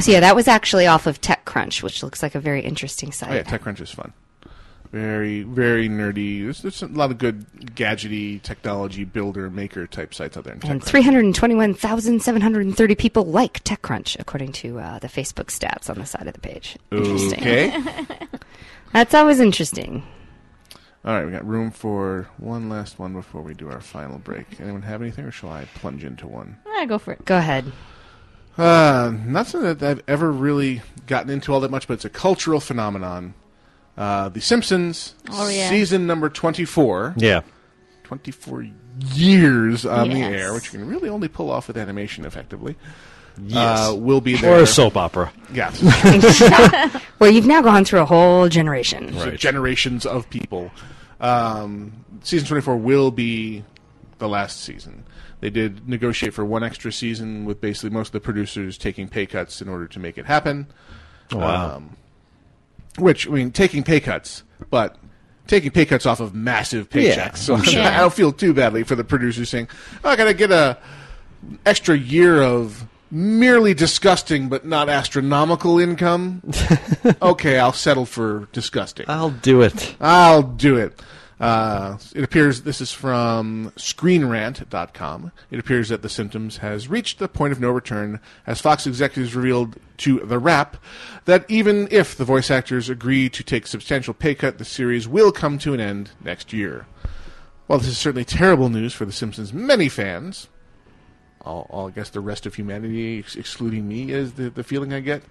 So yeah, that was actually off of TechCrunch, which looks like a very interesting site. Oh, yeah, TechCrunch is fun. Very, very nerdy. There's, there's a lot of good gadgety technology builder maker type sites out there. In And TechCrunch. 321,730 people like TechCrunch, according to uh, the Facebook stats on the side of the page. Interesting. Okay. That's always interesting. All right, we got room for one last one before we do our final break. Anyone have anything, or shall I plunge into one? Ah, go for it. Go ahead. Uh, not something that I've ever really gotten into all that much, but it's a cultural phenomenon. Uh, the Simpsons, Oh, yeah. season number 24. Yeah. 24 years on the Yes. air, which you can really only pull off with animation effectively. Yes. Uh, will be Or there. a soap opera. Yes. well, you've now gone through a whole generation. So generations of people. Um, season 24 will be the last season. They did negotiate for one extra season with basically most of the producers taking pay cuts in order to make it happen. Oh, Wow. Um, which, I mean, taking pay cuts, but taking pay cuts off of massive paychecks. Yeah, so I'm sure. I don't feel too badly for the producers saying, oh, I got to get a extra year of merely disgusting but not astronomical income. okay, I'll settle for disgusting. I'll do it. I'll do it. Uh, it appears this is from screenrant.com. It appears that the symptoms has reached the point of no return, as Fox executives revealed to The Wrap that even if the voice actors agree to take substantial pay cut, the series will come to an end next year. While this is certainly terrible news for The Simpsons' many fans, I'll, I'll guess the rest of humanity, ex- excluding me, is the, the feeling I get.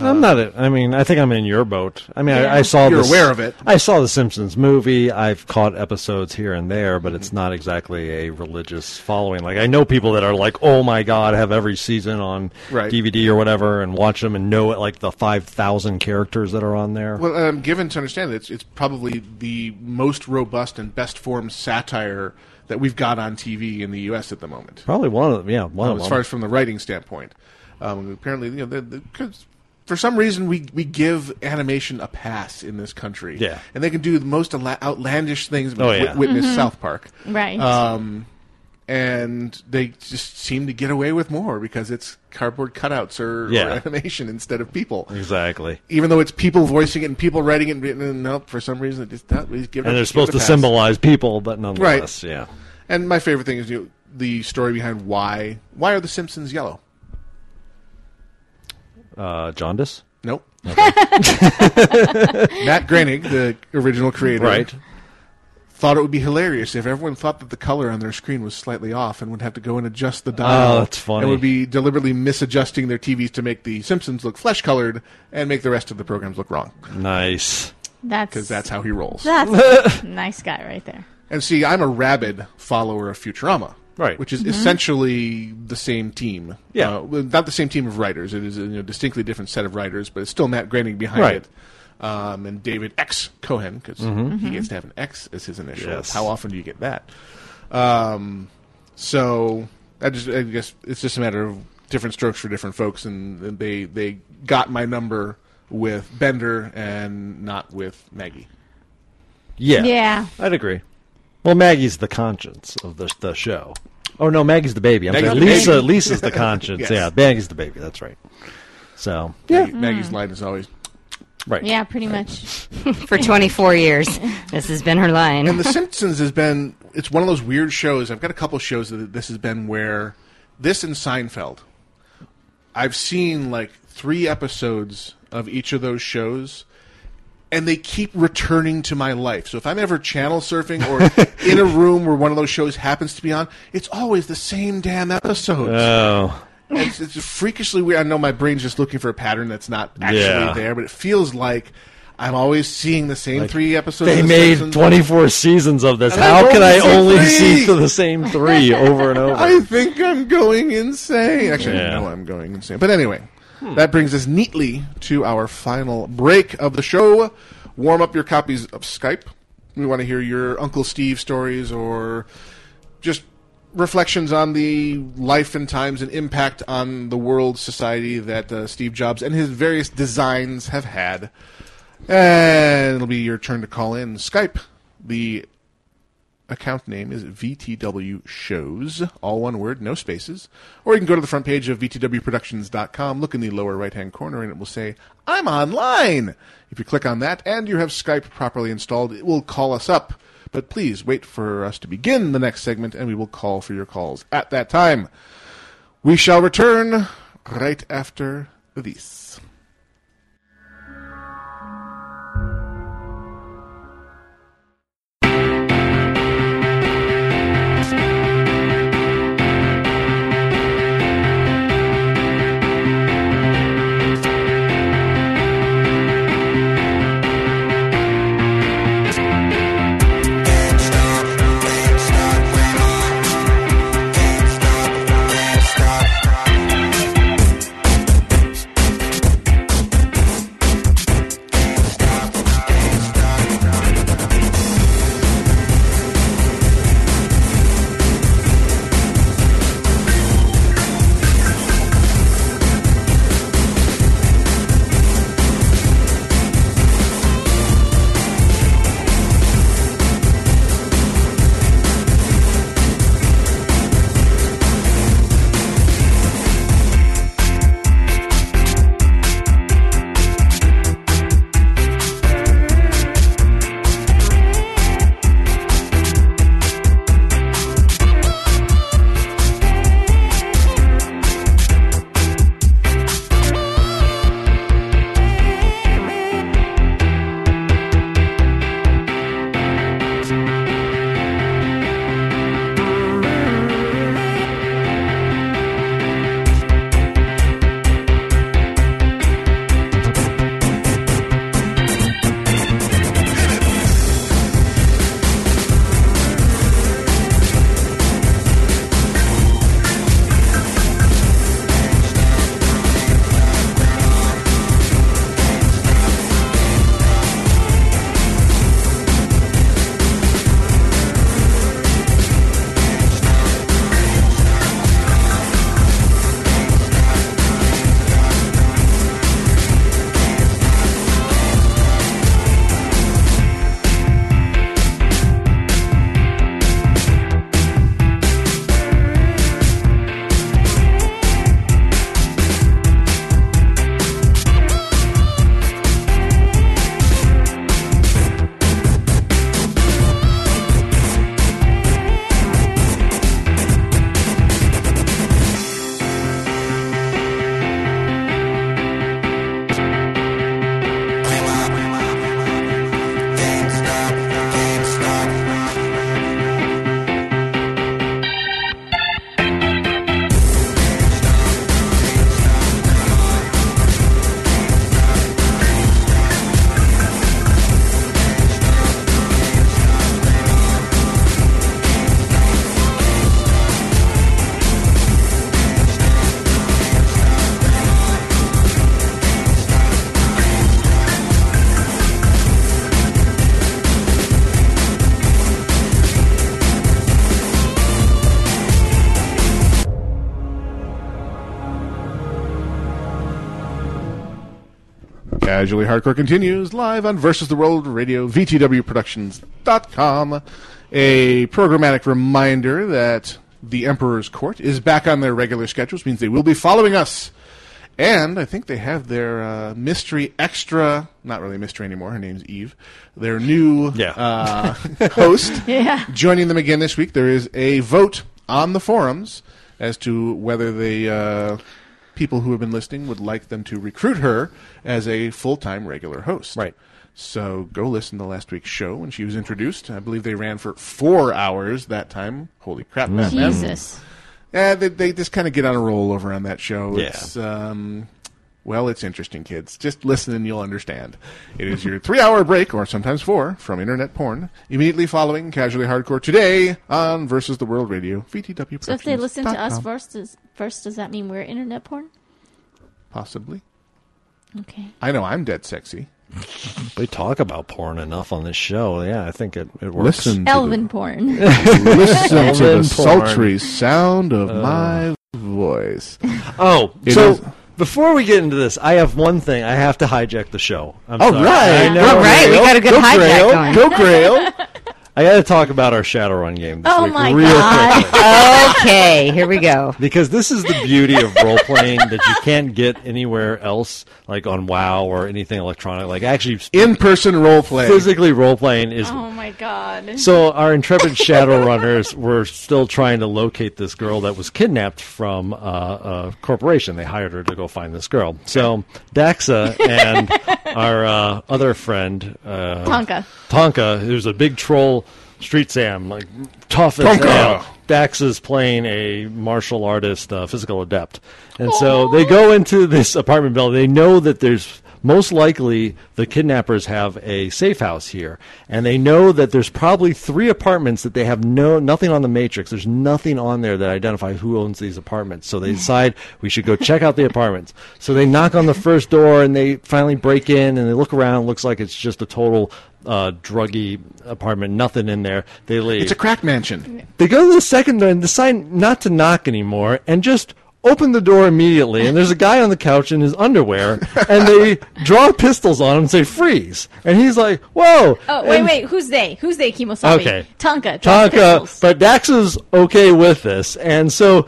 I'm not. A, I mean, I think I'm in your boat. I mean, Uh, Yeah. I, I saw. You're this- aware of it. I saw the Simpsons movie. I've caught episodes here and there, but it's not exactly a religious following. Like I know people that are like, "Oh my God, have every season on Right. DVD or whatever, and watch them and know it like the five thousand characters that are on there." Well, I'm given to understand that it's, it's probably the most robust and best formed satire that we've got on TV in the U.S. at the moment. Probably one of them. Yeah, one Um, of as them. far as from the writing standpoint. Um, apparently, you know, the, the, 'cause for some reason we we give animation a pass in this country. Yeah. and they can do the most outla- outlandish things. Oh, yeah. Wit- witness Mhm. South Park. Right. Um, and they just seem to get away with more because it's cardboard cutouts or, or Yeah. animation instead of people. exactly. Even though it's people voicing it and people writing it, and, and no, for some reason it just that we give it- And give they're it supposed a to pass. symbolize people, but nonetheless, yeah. And my favorite thing is you know, the story behind why why are the Simpsons yellow? Uh, jaundice. Nope. Okay. Matt Groening, the original creator, Right. thought it would be hilarious if everyone thought that the color on their screen was slightly off and would have to go and adjust the dial. Oh, that's funny. And would be deliberately misadjusting their TVs to make the Simpsons look flesh colored and make the rest of the programs look wrong Nice. That's because that's how he rolls. That's a nice guy right there. And see, I'm a rabid follower of Futurama. Right. Which is Mhm. essentially the same team. Yeah. Uh, well, not the same team of writers. It is a you know, distinctly different set of writers, but it's still Matt Groening behind Right. it. Um, and David X. Cohen, because Mhm. he Mhm. gets to have an X as his initial. Yes. How often do you get that? Um, so I just I guess it's just a matter of different strokes for different folks, and, and they they got my number with Bender and not with Maggie. Yeah. Yeah. I'd agree. Well, Maggie's the conscience of the the show. Oh no, Maggie's the baby. I'm Maggie's sorry. the Lisa baby. Lisa's the conscience. Yes. Yeah, Maggie's the baby. That's right. So Yeah. Maggie's line is always right. Yeah, pretty much. For 24 years, this has been her line. And The Simpsons has been it's one of those weird shows. I've got a couple shows that this has been where this and Seinfeld. I've seen like 3 episodes of each of those shows and they keep returning to my life. So if I'm ever channel surfing or in a room where one of those shows happens to be on, it's always the same damn episodes. Oh. It's, it's freakishly weird. I know my brain's just looking for a pattern that's not actually Yeah. there, but it feels like I'm always seeing the same Like, three episodes. They of The made Simpsons. twenty four seasons of this. And How I've can I only seen only three! see to the same three over and over? I think I'm going insane. Actually, Yeah. I know I'm going insane. But anyway, that brings us neatly to our final break of the show. Warm up your copies of Skype. We want to hear your Uncle Steve stories or just reflections on the life and times and impact on the world society that uh, Steve Jobs and his various designs have had. And it'll be your turn to call in Skype. The account name is VTW Shows, all one word, no spaces. Or you can go to the front page of VTWProductions.com, look in the lower right hand corner, and it will say, I'm online. If you click on that and you have Skype properly installed, it will call us up. But please wait for us to begin the next segment, and we will call for your calls at that time. We shall return right after this. Casually Hardcore continues live on Versus the World Radio, VTWProductions.com. A programmatic reminder that the Emperor's Court is back on their regular schedules, means they will be following us. And I think they have their uh, mystery extra, not really mystery anymore, her name's Eve, their new uh, host Yeah. joining them again this week. There is a vote on the forums as to whether the uh, people who have been listening would like them to recruit her as a full time regular host. Right. So go listen to last week's show when she was introduced. I believe they ran for four hours that time. Holy crap, Matt Madden. Jesus. Yeah, they, they just kind of get on a roll over on that show. Yeah. It's, um, well, it's interesting, kids. Just listen and you'll understand. It is your three hour break, or sometimes four, from internet porn, immediately following Casually Hardcore today on Versus the World Radio, VTW So if they listen to us Productions.com. first, does, first, does that mean we're internet porn? Possibly. Okay. I know I'm dead sexy. We talk about porn enough on this show. Yeah, I think it, it works. Listen to Elven porn. Listen to the Elven porn. sultry sound of Uh. my voice. Oh, It so is- before we get into this, I have one thing. I have to hijack the show. I'm All sorry. Oh, right. I know, All right, we Grail. got a good Go hijack Grail. going. Go Grail. I got to talk about our Shadowrun game this Oh week my real God. quickly. Okay, here we go. Because this is the beauty of role playing that you can't get anywhere else, like on WoW or anything electronic. Like actually, in person role playing, physically role playing is Oh my god. so our intrepid shadow runners were still trying to locate this girl that was kidnapped from uh, a corporation. They hired her to go find this girl. So Daxa Uh, and our uh, other friend uh, Tonka. Tonka, who's a big troll, street Sam, like tough as Tonka! hell. Dax is playing a martial artist, uh, physical adept, and so they go into this apartment building. They know that there's most likely the kidnappers have a safe house here, and they know that there's probably three apartments that they have no nothing on the matrix. There's nothing on there that identifies who owns these apartments. So they decide we should go check out the apartments. So they knock on the first door, and they finally break in, and they look around. Looks like it's just a total uh, druggy apartment. Nothing in there. They leave. It's a crack mansion. They go to the second door and decide not to knock anymore and just open the door immediately. And there's a guy on the couch in his underwear, and they draw pistols on him and say, freeze. And he's like, whoa. Oh wait, And wait. Who's they? Who's they? Kimosabe. Okay. Tonka. Tonka. Tonka, but Dax is okay with this. And so.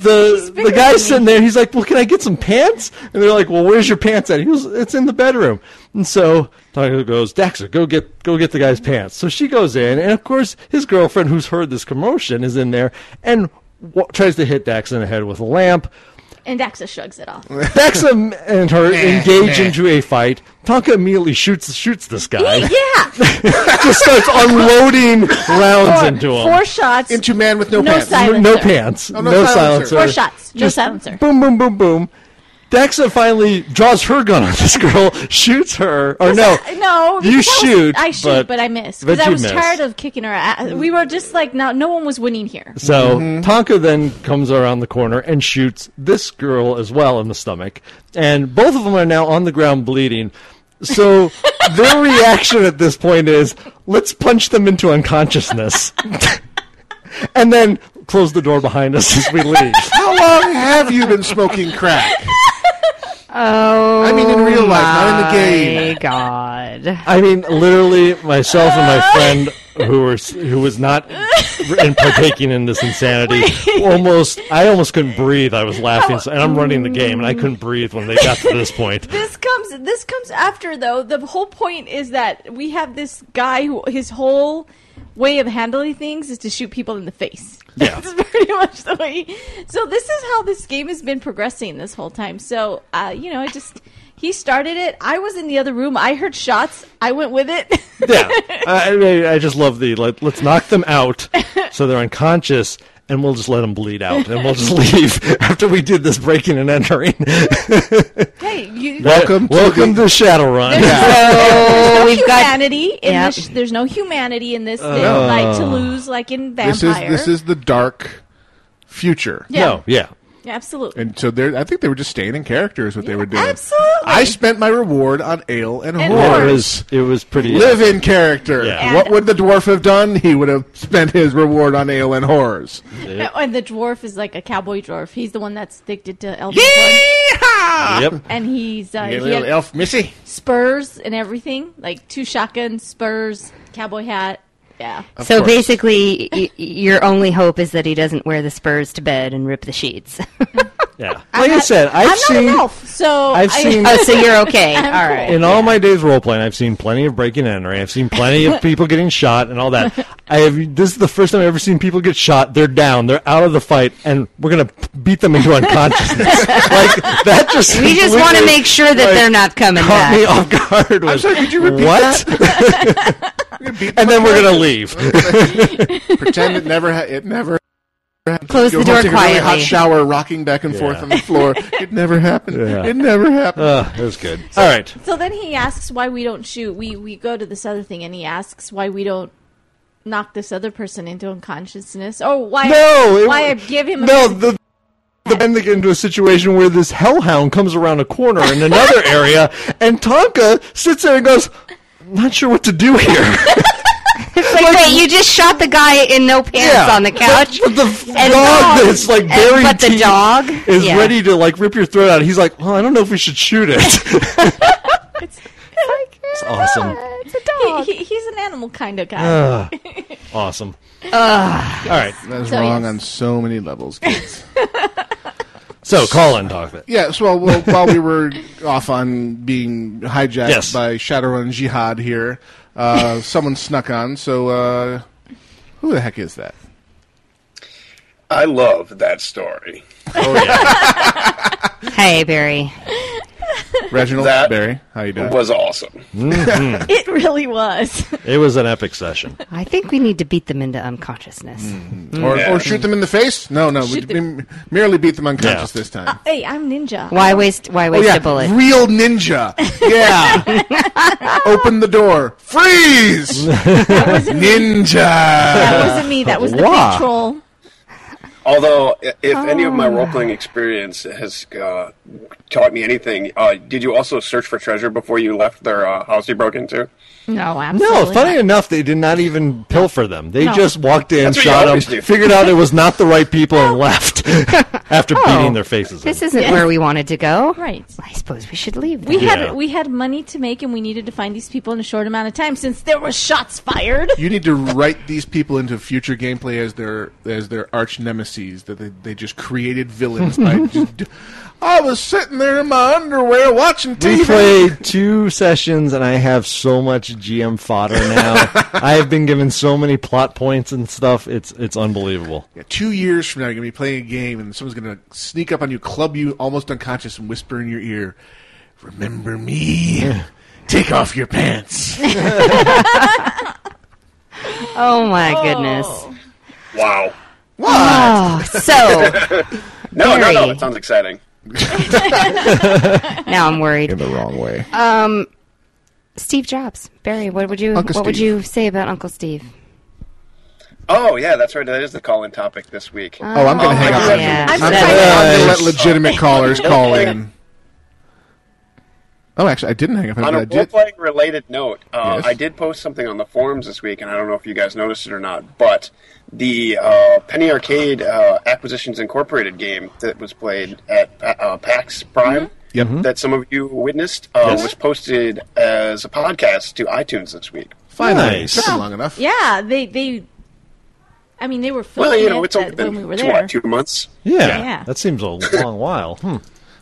The, the guy's sitting there. He's like, "Well, can I get some pants?" And they're like, "Well, where's your pants at?" He goes, "It's in the bedroom." And so Tonka goes, "Daxa, go get go get the guy's pants." So she goes in, and of course, his girlfriend, who's heard this commotion, is in there and w- tries to hit Dax in the head with a lamp. And Daxa shrugs it off. Daxa and her Meh, engage meh. into a fight. Tonka immediately shoots shoots this guy. yeah. just starts unloading rounds Four- into him. Four shots. Into man with no pants. No, silencer. pants. Oh, no, no silencer. silencer. Four shots, no silencer. Boom, boom, boom, boom. Daxa finally draws her gun on this girl, shoots her, or Oh, no, No, you because I was- shoot. I shoot, but, I missed because but I you was missed. tired of kicking her ass. We were just like, no, no one was winning here. So Mm-hmm. Tonka then comes around the corner and shoots this girl as well in the stomach, and both of them are now on the ground bleeding. So their reaction at this point is, let's punch them into unconsciousness, and then close the door behind us as we leave. How long have you been smoking crack? Oh, I mean, in real life, not in the my game. God. I mean, literally, myself and my friend who were who was not in partaking in this insanity almost I almost couldn't breathe. I was laughing, so, and I'm running the game, and I couldn't breathe when they got to this point. This comes. This comes after though. The whole point is that we have this guy who his whole way of handling things is to shoot people in the face. Yeah. That's pretty much the way. So this is how this game has been progressing this whole time. So uh, you know, it just he started it. I was in the other room. I heard shots. I went with it. Yeah, I, I mean, I just love the let, let's knock them out so they're unconscious. And we'll just let them bleed out, and we'll just leave after we did this breaking and entering. hey, you, welcome, welcome to Shadowrun. There's no Oh, we've got- humanity in Yep. this. There's no humanity in this. Uh, thing, no. like to lose, like in vampire. This is this is the dark future. Yeah. No, yeah. Absolutely. And so they I think they were just staying in character is what they were doing. absolutely. I spent my reward on ale and, And horse. horse. It was- it was pretty- live in character. Yeah. What would the dwarf have done? He would have spent his reward on ale and horse. No, And the dwarf is like a cowboy dwarf. He's the one that's addicted to elf. Yep. And he's uh, You he little had elf missy. spurs and everything, like two shotguns, spurs, cowboy hat. Yeah. so basically, y- your only hope is that he doesn't wear the spurs to bed and rip the sheets. Yeah. Like I said, I've I'm seen not an elf, so I've I- seen- oh, so you're okay. All I'm right. in all my days role playing, I've seen plenty of breaking and entering. I've seen plenty of people getting shot and all that. I have. This is the first time I've ever seen people get shot. They're down. They're out of the fight, and we're gonna p- beat them into unconsciousness. like that just. we just want to completely, make sure that like, they're not coming caught back. me off guard. Was, sorry, could you repeat what? and then we're gonna leave. Pretend it never. Ha- it never. happened. Close Go the door take a really hot quietly. shower, rocking back and forth Yeah. on the floor. It never happened. Yeah. It never happened. Ugh, that was good. all right. So then he asks why we don't shoot. We we go to this other thing, and he asks why we don't knock this other person into unconsciousness, or why No, it why wa- I give him No, a the the men they get into a situation where this hellhound comes around a corner in another area, and Tonka sits there and goes, "Not sure what to do here." It's like, wait, you just shot the guy in no pants Yeah. on the couch. But, but the and dog that's like and- buried But the deep dog is yeah. ready to like rip your throat out. He's like, "Well, I don't know if we should shoot it." it's awesome, it's a dog. He, he- he's an animal kind of guy. Ugh. awesome. Ugh. Ah. All right, That's So, wrong yes. on so many levels, kids. so Colin talked it. Yes, well, well while we were off on being hijacked Yes. by Shadowrun Jihad here, uh, someone snuck on. So, uh, who the heck is that? I love that story. Oh, Hey, Barry. Reginald That Barry, how you doing? was awesome. Mhm. It really was. it was an epic session. I think we need to beat them into unconsciousness. Mm-hmm. Mm. Or, Yeah. or shoot them in the face? No, no, we, we merely beat them unconscious this time. Hey, I'm ninja. Why waste? Why waste oh, yeah. a bullet? Real ninja. Yeah. Open the door. Freeze. ninja. That wasn't me. That was the big troll. Although, i- if any of my Oh. role playing experience has uh, taught me anything, uh, did you also search for treasure before you left their uh, house you broke into? No, No, funny enough, they did not even pilfer them. They No. just walked in, That's what you shot them, always do. figured out it was not the right people, and left after Oh. beating their faces. This in. isn't where we wanted to go. Right. I suppose we should leave. We then. had we had money to make, and we needed to find these people in a short amount of time since there were shots fired. You need to write these people into future gameplay as their as their arch nemesis that they, they just created villains by just d- I was sitting there in my underwear watching TV. We played two sessions, and I have so much GM fodder now. I have been given so many plot points and stuff. It's it's unbelievable. Yeah, two years from now, you're gonna be playing a game, and someone's gonna sneak up on you, club you almost unconscious, and whisper in your ear, "Remember me? Take off your pants." Oh my goodness. Wow. What? Ah, Oh, so No, no, no. Barry. That sounds exciting. now I'm worried. In the wrong way. Um, Steve Jobs, Barry. What would you Uncle What would Steve. you say about Uncle Steve? Oh, yeah, that's right. That is the call in topic this week. Oh, I'm gonna Um, hang I up. do have on you. to- I'm, gonna, I'm gonna let legitimate callers call in. Oh, actually, I didn't hang up. On I a role did. playing related note, uh, Yes. I did post something on the forums this week, and I don't know if you guys noticed it or not, but the uh, Penny Arcade uh, Acquisitions Incorporated game that was played at uh, PAX Prime Mm-hmm. Yep. that some of you witnessed uh, Yes. was posted as a podcast to iTunes this week. Finally, took them long enough. Yeah, they they. I mean, they were filming Well, you know, it's it only that- been when we were two, there. what, two months. Yeah, Yeah. that seems a long while. Hmm.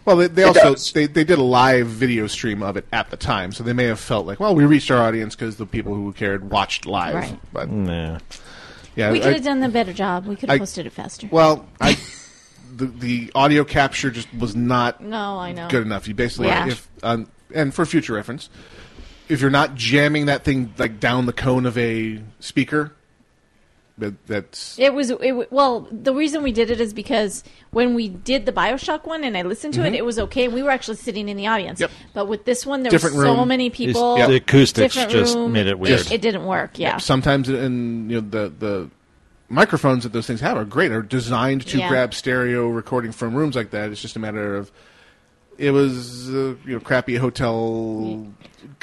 Well, they, they It also they, they did a live video stream of it at the time, so they may have felt like, well, we reached our audience because the people who cared watched live. Right. But Hmm, yeah, yeah, we I- could have done a better job. We could have I- posted it faster. Well, I, the the audio capture just was not No, I know. good enough. You basically, Yeah. if um, and for future reference, if you're not jamming that thing like down the cone of a speaker, that, that's It was it, wa- well. The reason we did it is because when we did the Bioshock one, and I listened to Mhm. it, it was okay. We were actually sitting in the audience. Yep. But with this one, there Different were so room. many It's- people. yeah. The acoustics different just room. made it weird. It, didn't work. Yeah. sometimes in you know the the microphones that those things have are great. Are designed to Yeah. grab stereo recording from rooms like that. It's just a matter of it was uh, you know crappy hotel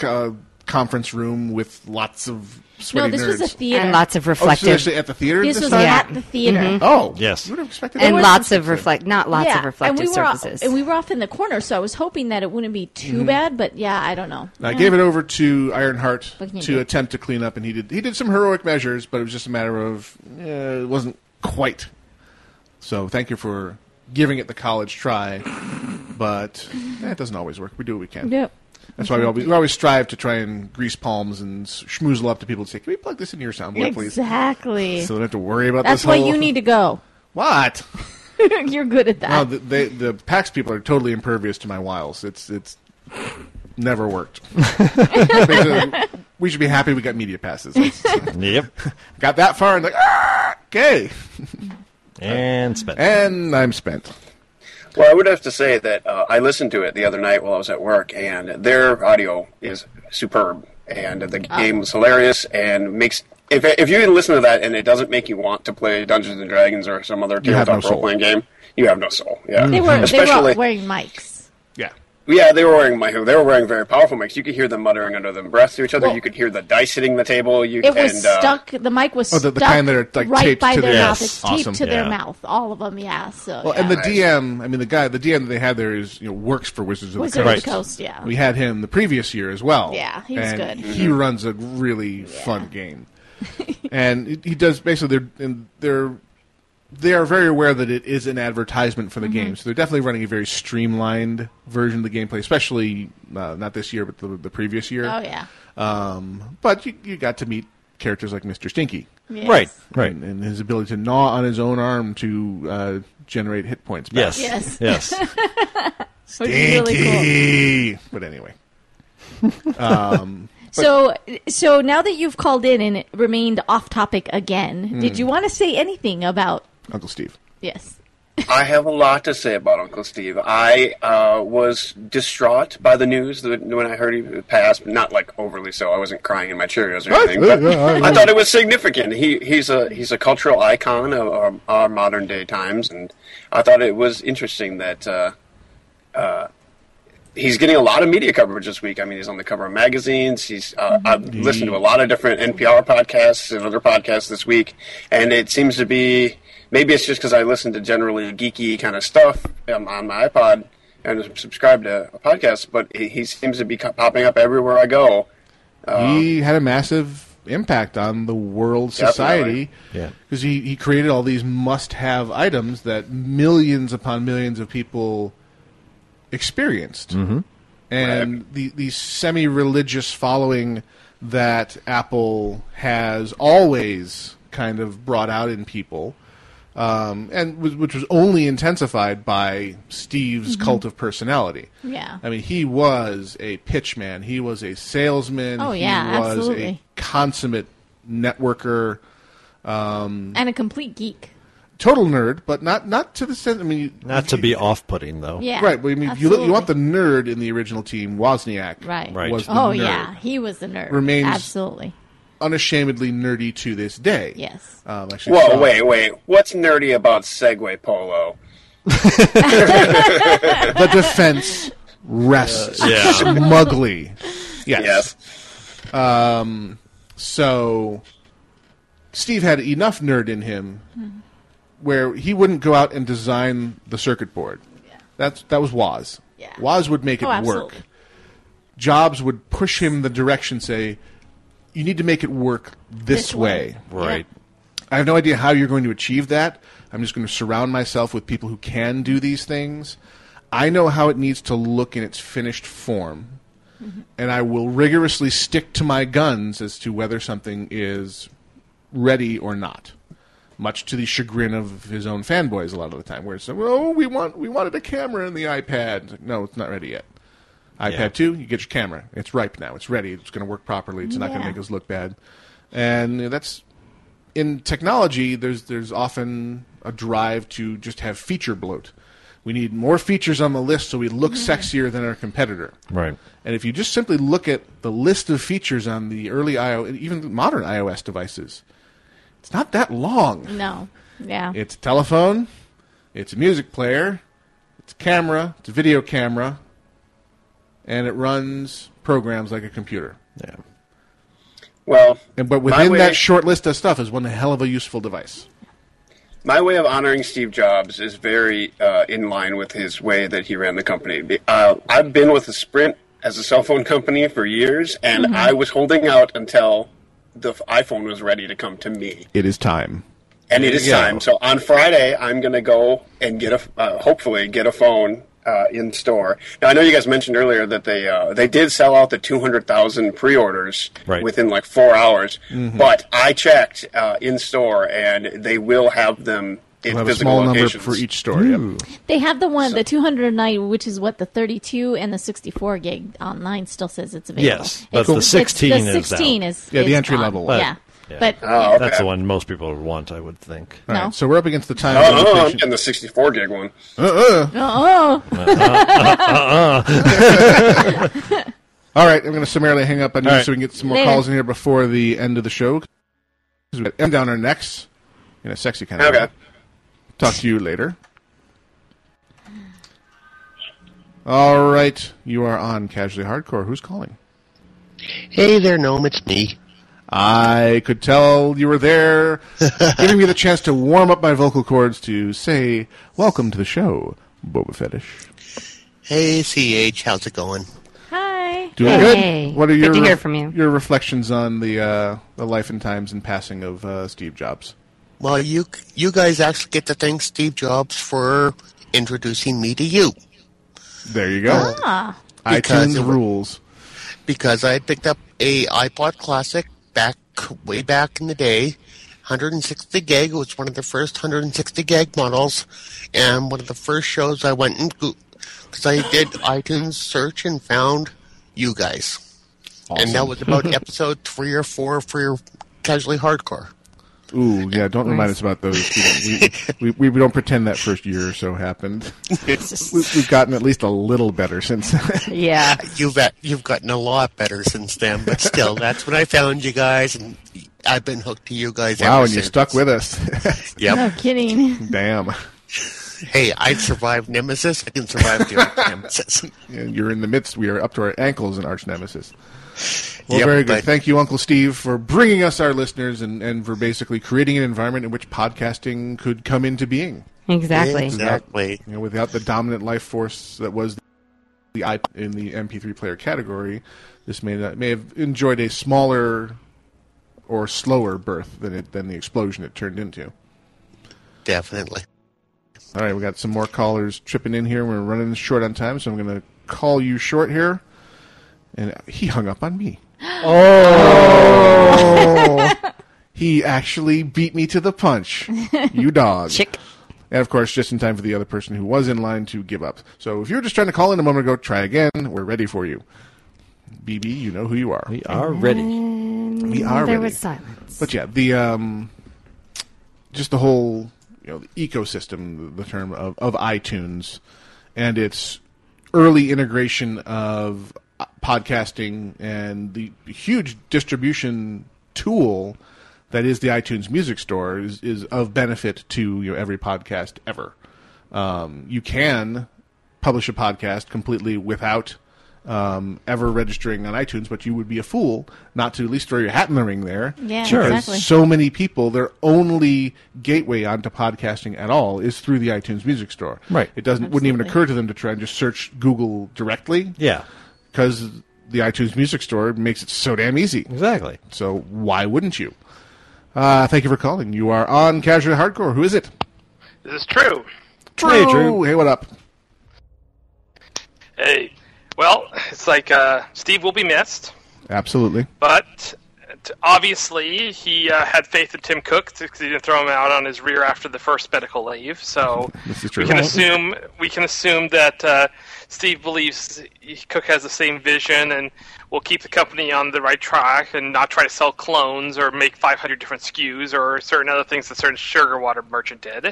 uh, conference room with lots of sweaty this was nerds. a theater. And lots of Oh, this was reflective- Mm-hmm. actually at the theater. This this was time? at the theater. Mhm. Oh Yes. you would have expected and that. lots of reflect, not lots Yeah, of reflective and we were off- surfaces. and we were off in the corner, so I was hoping that it wouldn't be too Mhm. bad. But yeah, I don't know. I gave it over to Ironheart What can you to do? attempt to clean up, and he did. He did some heroic measures, but it was just a matter of eh, it wasn't quite. So thank you for giving it the college try, but that doesn't always work. We do what we can. Yep. That's why we always, we always strive to try and grease palms and s- schmoozle up to people to say, "Can we plug this into your soundboard, please?" Exactly. So they don't have to worry about That's this. why whole- you need to go. What? You're good at that. No, the, they, the PAX people are totally impervious to my wiles. It's it's never worked. we should be happy we got media passes. yep. Got that far and like, ah, okay. And spent. And I'm spent. Well, I would have to say that uh, I listened to it the other night while I was at work, and their audio is superb, and the Ah. game was hilarious, and makes if if you can listen to that and it doesn't make you want to play Dungeons and Dragons or some other You have tabletop no soul. role playing game, you have no soul. Yeah, They were they were especially wearing mics. yeah. Yeah, they were wearing my. They were wearing very powerful mics. You could hear them muttering under their breath to each other. Well- you could hear the dice hitting the table. You It was and, uh, stuck. The mic was Oh, the- the stuck kind that are, like, right taped by to their their- Yes. mouth. It's taped Awesome. to their Yeah. mouth. All of them. Yeah. So Well, yeah. and the DM, I mean, the guy, the DM that they had there is, you know, works for Wizards of Wizards the of Coast. the Coast, yeah. We had him the previous year as well. Yeah, he was and good. He Mhm. runs a really fun game, and he- he does basically. They're and they're they are very aware that it is an advertisement for the Mm-hmm. game, so they're definitely running a very streamlined version of the gameplay, especially uh, not this year, but the, the previous year. Oh, yeah. Um, but you, you got to meet characters like Mr. Stinky. Yes. Right, right. And, and his ability to gnaw on his own arm to uh, generate hit points. back. Yes. Yes. Which is Stinky. really cool. But anyway. um, but So, so now that you've called in and it remained off topic again, Hmm. did Mm. you want to say anything about? Uncle Steve. Yes. I have a lot to say about Uncle Steve. I uh, was distraught by the news that- when I heard he passed, but not like overly so. I wasn't crying in my Cheerios or anything. But I thought it was significant. He he's a he's a cultural icon of our, our modern day times, and I thought it was interesting that. Uh, uh, He's getting a lot of media coverage this week. I mean, he's on the cover of magazines. He's uh, I've listened to a lot of different NPR podcasts and other podcasts this week, and it seems to be maybe it's just because I listen to generally geeky kind of stuff um, on my iPod and subscribe to a podcast, but he, he seems to be co- popping up everywhere I go. Oh. he had a massive impact on the world society Yeah. because he, he created all these must-have items that millions upon millions of people experienced Mhm. and the, the semi-religious following that apple has always kind of brought out in people um, and was- which was only intensified by steve's Mhm. cult of personality Yeah. I mean, he was a pitchman. He was a salesman. Oh, he yeah, was absolutely. a consummate networker. Um, And a complete geek. total nerd, but not not to the sense. I mean, Not to be off-putting though. Yeah, right. But I mean, you, look- you want the nerd in the original team. Wozniak, Right. Was the oh nerd. yeah, he was a nerd. Remains- absolutely. unashamedly nerdy to this day. Yes. Um, actually, Whoa, saw- wait, wait. What's nerdy about Segway Polo? the defense rests Uh, yeah. smugly. Yes. Um, so Steve had enough nerd in him where he wouldn't go out and design the circuit board. That's that was Woz. Woz would make it Oh, work. absolutely. Jobs would push him the direction, say, "You need to make it work this, This way. way. Right. I have no idea how you're going to achieve that. I'm just going to surround myself with people who can do these things. I know how it needs to look in its finished form, Mm-hmm. and I will rigorously stick to my guns as to whether something is ready or not. Much to the chagrin of his own fanboys, a lot of the time, where it's like, "Oh, we want we wanted a camera in the iPad." It's like, no, it's not ready yet. iPad two, you get your camera. It's ripe now. It's ready. It's going to work properly. It's not going to Yeah. make us look bad. And you know, that's in technology. There's there's often a drive to just have feature bloat. We need more features on the list so we look sexier than our competitor. Right. And if you just simply look at the list of features on the early IO, even modern iOS devices, It's not that long. No. Yeah. It's a telephone. It's a music player. It's a camera. It's a video camera. And it runs programs like a computer. Yeah. Well, And, but my within way- that short list of stuff is one hell of a useful device. My way of honoring Steve Jobs is very uh, in line with his way that he ran the company. The- Uh, I've been with Sprint as a cell phone company for years, and Mhm. I was holding out until the f- iPhone was ready to come to me. It is time. And it is Yeah. time. So on Friday, I'm going to go and get a, f- uh, hopefully get a phone uh, in store. Now I know you guys mentioned earlier that they uh, they did sell out the 200,000 pre-orders Right. within like four hours, Mm-hmm. Mhm. but I checked uh, in store and they will have them in We'll have a physical small number locations. for each store. yep. They have the one, the 209, which is what the 32 and the 64 gig online still says it's available. Yes, but the it's, 16 it's, is the out. 16 is Yeah, the is entry gone. level Oh, But- yeah, but that's the one most people would want, I would think. All right, so we're up against the time. Oh, oh, I'm getting the 64 gig one. Uh-uh. Oh. Uh, Uh-huh. All right, I'm going to summarily hang up on you All right. so we can get some more Later. calls in here before the end of the show. 'Cause we got M down our necks in a sexy kind of Okay. way. Talk to you later. All right, you are on Casually Hardcore. Who's calling? Hey there, Gnome, it's me. I could tell you were there, giving me the chance to warm up my vocal cords to say, Welcome to the show, Boba Fetish. Hey, CH, how's it going? Hi. Doing Hey, good. What are good your to hear ref- from you. your reflections on the uh, the life and times and passing of uh, Steve Jobs? Well, you you guys actually get to thank Steve Jobs for introducing me to you. There you go. Ah. Because it iTunes wa- rules. Because I picked up a iPod Classic back way back in the day, 160 gig. It was one of the first 160 gig models, and one of the first shows I went and because I did iTunes search and found you guys, and that Awesome. was about episode three or four for your casually hardcore. Ooh, yeah. Don't remind us about those. We, we, we, we don't pretend that first year or so happened. we, we've gotten at least a little better since. then. Yeah. You've at, you've gotten a lot better since then, but still, that's when I found you guys, and I've been hooked to you guys. wow, ever and you since. stuck with us. No Yep. kidding. Damn. Hey, I survived Nemesis. I can survive the old Nemesis. You're in the midst. We are up to our ankles in Arch Nemesis. Well, Yep, very good. but- Thank you, Uncle Steve, for bringing us our listeners and, and for basically creating an environment in which podcasting could come into being. Exactly. Exactly. Without, you know, without the dominant life force that was the i in the MP3 player category, this may not, may have enjoyed a smaller or slower birth than it than the explosion it turned into. Definitely. All right, we got some more callers tripping in here. We're running short on time, so I'm going to call you short here. And he hung up on me. Oh. he actually beat me to the punch. You dog. Chick. And of course, just in time for the other person who was in line to give up. So if you were just trying to call in a moment ago, try again. We're ready for you. BB, you know who you are. We are ready. We are there ready. was silence. But yeah, the um, just the whole you know the ecosystem, the term of of iTunes, and its early integration of podcasting and the huge distribution tool that is the iTunes Music Store is, is of benefit to you know every podcast ever. Um, you can publish a podcast completely without um, ever registering on iTunes, but you would be a fool not to at least throw your hat in the ring there. Yeah, Because exactly. So many people, their only gateway onto podcasting at all is through the iTunes Music Store. Right. It doesn't wouldn't even occur to them to try and just search Google directly. Yeah. Because the iTunes Music Store makes it so damn easy. Exactly. So why wouldn't you? Uh, thank you for calling. You are on Casual Hardcore. Who is it? This is true. Hey, Drew. Hey, what up? Hey. Well, it's like uh, Steve will be missed, Absolutely. but t- obviously he uh, had faith in Tim Cook because he didn't throw him out on his rear after the first medical leave. So This is we can assume we can assume that uh, Steve believes he- Cook has the same vision and will keep the company on the right track and not try to sell clones or make 500 different SKUs or certain other things that certain sugar water merchant did.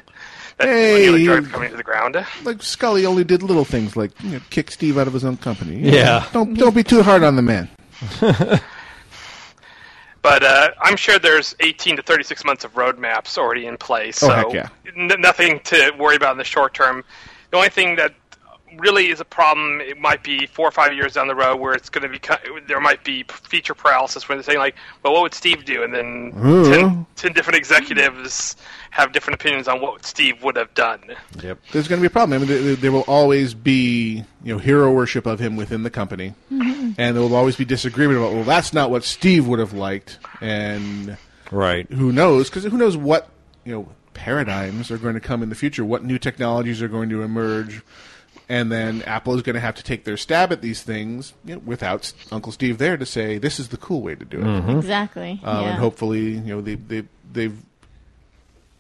That Hey, nearly you- drove the company to the ground. Like Scully only did little things like you know, kick Steve out of his own company. Yeah. Don't don't be too hard on the man. But uh, I'm sure there's 18 to 36 months of roadmaps already in place, so Oh, heck yeah. n- nothing to worry about in the short term. The only thing that really is a problem it might be four or five years down the road where it's going to be ki- there might be feature paralysis where they're saying like, well, what would Steve do? And then Ooh. 10, 10 different executives have different opinions on what Steve would have done. Yep. There's going to be a problem. I mean, there, there will always be you know hero worship of him within the company, Hmm. Mhm. and there will always be disagreement about. Well, that's not what Steve would have liked, and right. Who knows? Because who knows what you know paradigms are going to come in the future? What new technologies are going to emerge? And then Apple is going to have to take their stab at these things you know, without S- Uncle Steve there to say this is the cool way to do it. Mhm. Exactly, Um, yeah. And hopefully, you know, they, they they've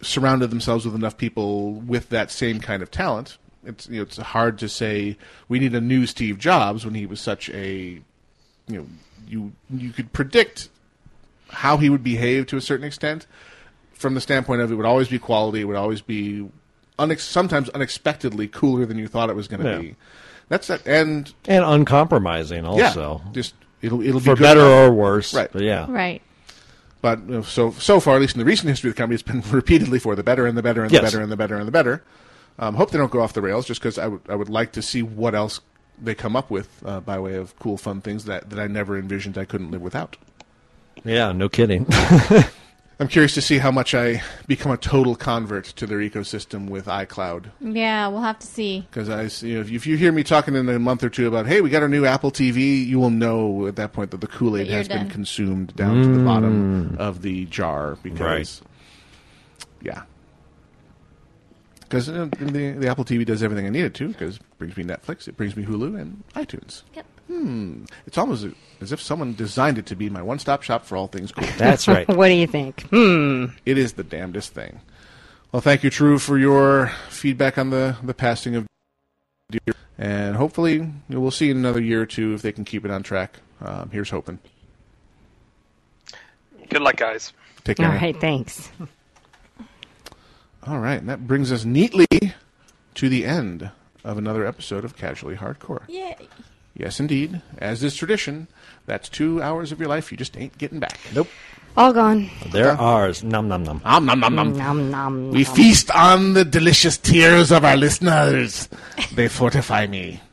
surrounded themselves with enough people with that same kind of talent. It's you know, it's hard to say we need a new Steve Jobs when he was such a you know you you could predict how he would behave to a certain extent from the standpoint of it would always be quality, it would always be unex- sometimes unexpectedly cooler than you thought it was going to Yeah. be. That's that, and And uncompromising also. yeah, just it'll it'll be For good better enough. or worse, right? but yeah. Right. But you know, so so far, at least in the recent history of the company, it's been repeatedly for the better and the better and the Yes. better and the better and the better. Um, hope they don't go off the rails, just because I would I would like to see what else they come up with uh, by way of cool, fun things that that I never envisioned I couldn't live without. Yeah, no kidding. I'm curious to see how much I become a total convert to their ecosystem with iCloud. Yeah, we'll have to see. Because I, s- you know, if, if you hear me talking in a month or two about, hey, we got our new Apple TV, you will know at that point that the Kool Aid That you're has been done. consumed down to the Mm. bottom of the jar. Because, yeah, because uh, the, the Apple TV does everything I need it to. Because it brings me Netflix, it brings me Hulu and iTunes. Yep. Hmm. It's almost as if someone designed it to be my one-stop shop for all things cool. That's right. What do you think? Hmm. It is the damnedest thing. Well, thank you, True, for your feedback on the, the passing of Deer. And hopefully, you know, we'll see in another year or two if they can keep it on track. Um, here's hoping. Good luck, guys. Take care. All right, thanks. All right, and that brings us neatly to the end of another episode of Casually Hardcore. Yay. Yes, indeed. As is tradition, that's two hours of your life you just ain't getting back. Nope. All gone. They're ours. Nom nom nom. Om nom nom nom. Nom nom. We nom. feast on the delicious tears of our listeners. They fortify me.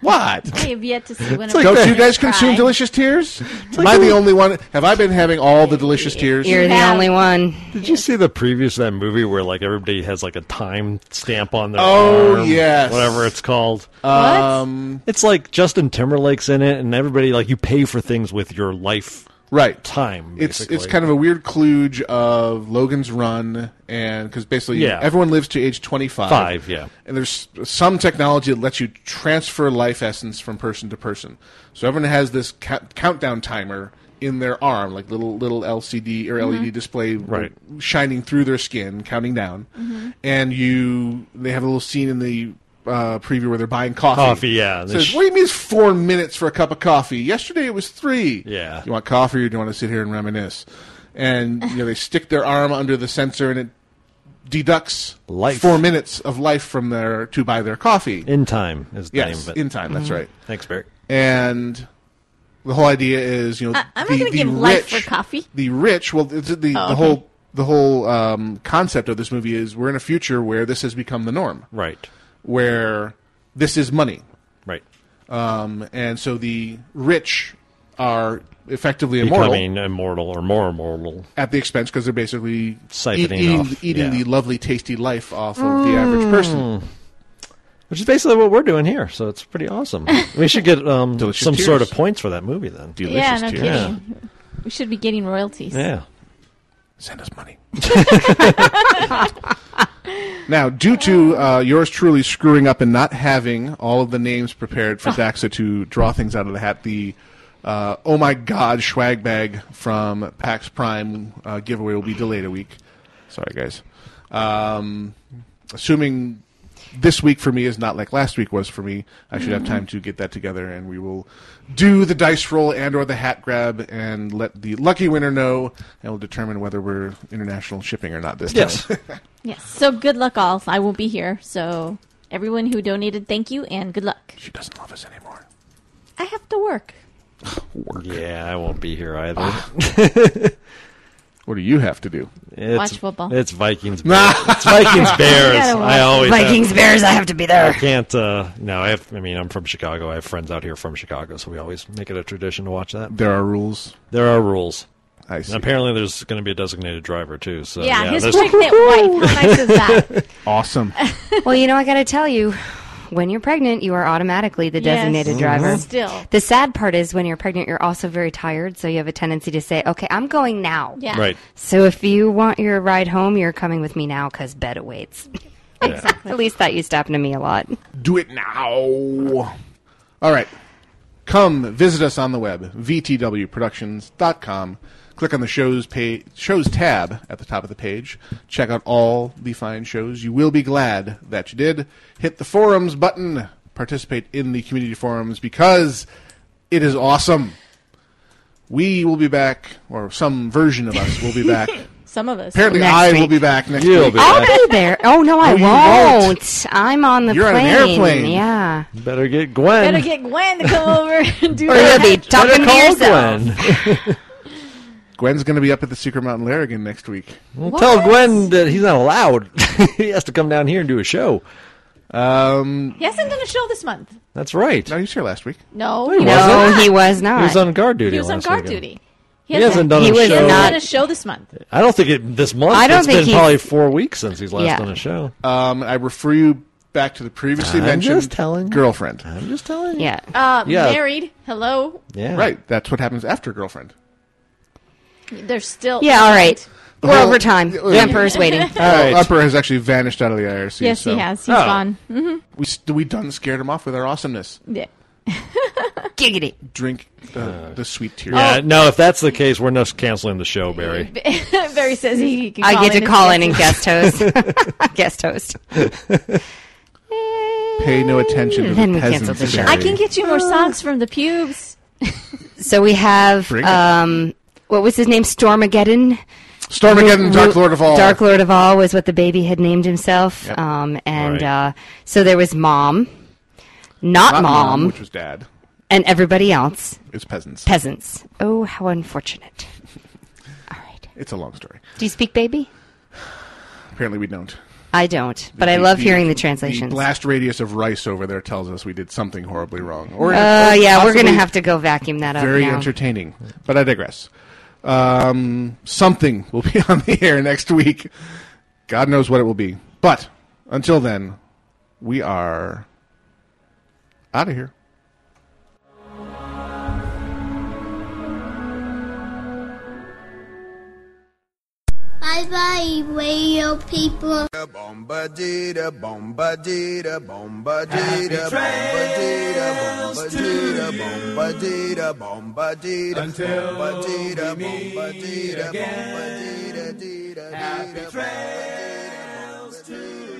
What? I have yet to see when Don't you guys consume delicious tears? Am I the only one? Have I been having all the delicious tears? one. Did you see the previews of that movie where like everybody has like a time stamp on their Oh, arm, yes. whatever it's called? Um, it's like Justin Timberlake's in it, and everybody like you pay for things with your life, right? Time. It's it's basically. kind of a weird kludge of Logan's Run, and because basically Yeah. everyone lives to age twenty five. Five, yeah. And there's some technology that lets you transfer life essence from person to person. So everyone has this ca- countdown timer in their arm, like little little LCD or LED Mhm. display, Right. shining through their skin, counting down. Mhm. And you, they have a little scene in the. Uh, preview where they're buying coffee. Coffee, yeah. They Says, sh- what do you mean it's four minutes for a cup of coffee? Yesterday it was three. Yeah. You want coffee or do you want to sit here and reminisce? And you know, they stick their arm under the sensor and it deducts Life. four minutes of life from their to buy their coffee. in time is the Yes, name of it. in time, Mm-hmm. that's Mhm. right. Thanks, Barry. And the whole idea is, you know, Uh, I'm the, not going the to give rich, life for coffee. the rich. Well, it's the, the Oh, okay. whole the whole um, concept of this movie is we're in a future where this has become the norm, right? Where this is money, Right. Um, and so the rich are effectively immortal Becoming immortal or more immortal. at the expense because they're basically Siphoning eat- eating, off, eating yeah. the Mm. lovely, tasty life off of Mm. the average person. Which is basically what we're doing here, so it's pretty awesome. We should get um, some Delicious tears. sort of points for that movie then. yeah, no kidding. We should be getting royalties. Yeah. Send us money. Now, due to uh, yours truly screwing up and not having all of the names prepared for Daxa to draw things out of the hat, the uh, oh my god swag bag from PAX Prime uh, giveaway will be delayed a week. Sorry, guys. Um, assuming this week for me is not like last week was for me, I should have time to get that together, and we will do the dice roll and or the hat grab and let the lucky winner know, and we'll determine whether we're international shipping or not this Yes. time. Yes. So good luck, all. I won't be here. So everyone who donated, thank you and good luck. She doesn't love us anymore. I have to work. Yeah, I won't be here either. what do you have to do? It's, Watch football. It's Vikings. Bears. it's Vikings Bears. You gotta watch I always Vikings, Bears, I have to be there. I can't. Uh, no, I have. I mean, I'm from Chicago. I have friends out here from Chicago, so we always make it a tradition to watch that. There are rules. There are rules. I see. And apparently, there's going to be a designated driver too. So yeah, his there's- pregnant wife. How nice is that? Awesome. well, you know, I got to tell you, when you're pregnant, you are automatically the Yes. designated Mhm. driver. Still. The sad part is when you're pregnant, you're also very tired, so you have a tendency to say, okay, I'm going now. Yeah. Right. So if you want your ride home, you're coming with me now because bed awaits. At least that used to happen to me a lot. Do it now. All right. Come visit us on the web, vtwproductions.com. Click on the shows page, shows tab at the top of the page. Check out all the fine shows. You will be glad that you did. Hit the forums button. Participate in the community forums because it is awesome. We will be back, or some version of us will be back. Some of us. Apparently, I will be back next You'll week. be I'll be there. Oh, no, I No, you won't. won't. I'm on the You're on plane. an airplane. Yeah. Better get Gwen. Better get Gwen to come over and do Or you'll that. be Oh, talking to call yourself. Gwen's going to be up at the Secret Mountain Lair again next week. Well, tell Gwen that he's not allowed. he has to come down here and do a show. Um, He hasn't done a show this month. that's right. Oh, No, he was here last week. No, he No, wasn't. he was not. He was on guard duty. He was on last guard weekend. duty. He hasn't done a he show. hasn't done a show this month. I don't think it this month. I don't it's think been he- probably four weeks since he's last Yeah. done a show. Um, I refer you back to the previously I'm mentioned just telling you. girlfriend. I'm just telling you. Yeah. Uh, Yeah. Married. Hello. Yeah. Right. That's what happens after girlfriend. They're still. Yeah, all right. The We're whole- over time. Oh, The Yeah. Emperor's waiting. Well, Upper has actually vanished out of the IRC. Yes, he so- has. Oh. He's gone. hmm We, s- we done scared him off with our awesomeness. Yeah. Giggity. Drink the, the sweet tear. Uh. Oh. Yeah, no, if that's the case, we're just canceling the show, Barry. Barry says he can. I call get to if call he in and gets guest to. host. guest host. Pay no attention to Then the we peasants. canceled the show. I can get you more songs from the pubes. So we have Bring it. um, what was his name? Stormageddon. Stormageddon, Ru- Dark Ru- Lord of All. Dark Lord of All was what the baby had named himself. Um, and uh, so there was mom, not, Not mom, which was dad. and everybody else. It's peasants. Peasants. Oh, how unfortunate. It's a long story. Do you speak baby? Apparently, we don't. I don't, but I The- love hearing the translations. The blast radius of rice over there tells us we did something horribly wrong. Or, uh, or yeah, we're going to possibly- have to go vacuum that up very now. entertaining. But I digress. Um, something will be on the air next week. God knows what it will be. But until then, we are out of here. Bye bye, radio people. Bombadita, bombadita, bombadita, Happy bombadita, bombadita, bombadita, bombadita, Until bombadita, bombadita, bombadita, dita, dita, bombadita, bombadita.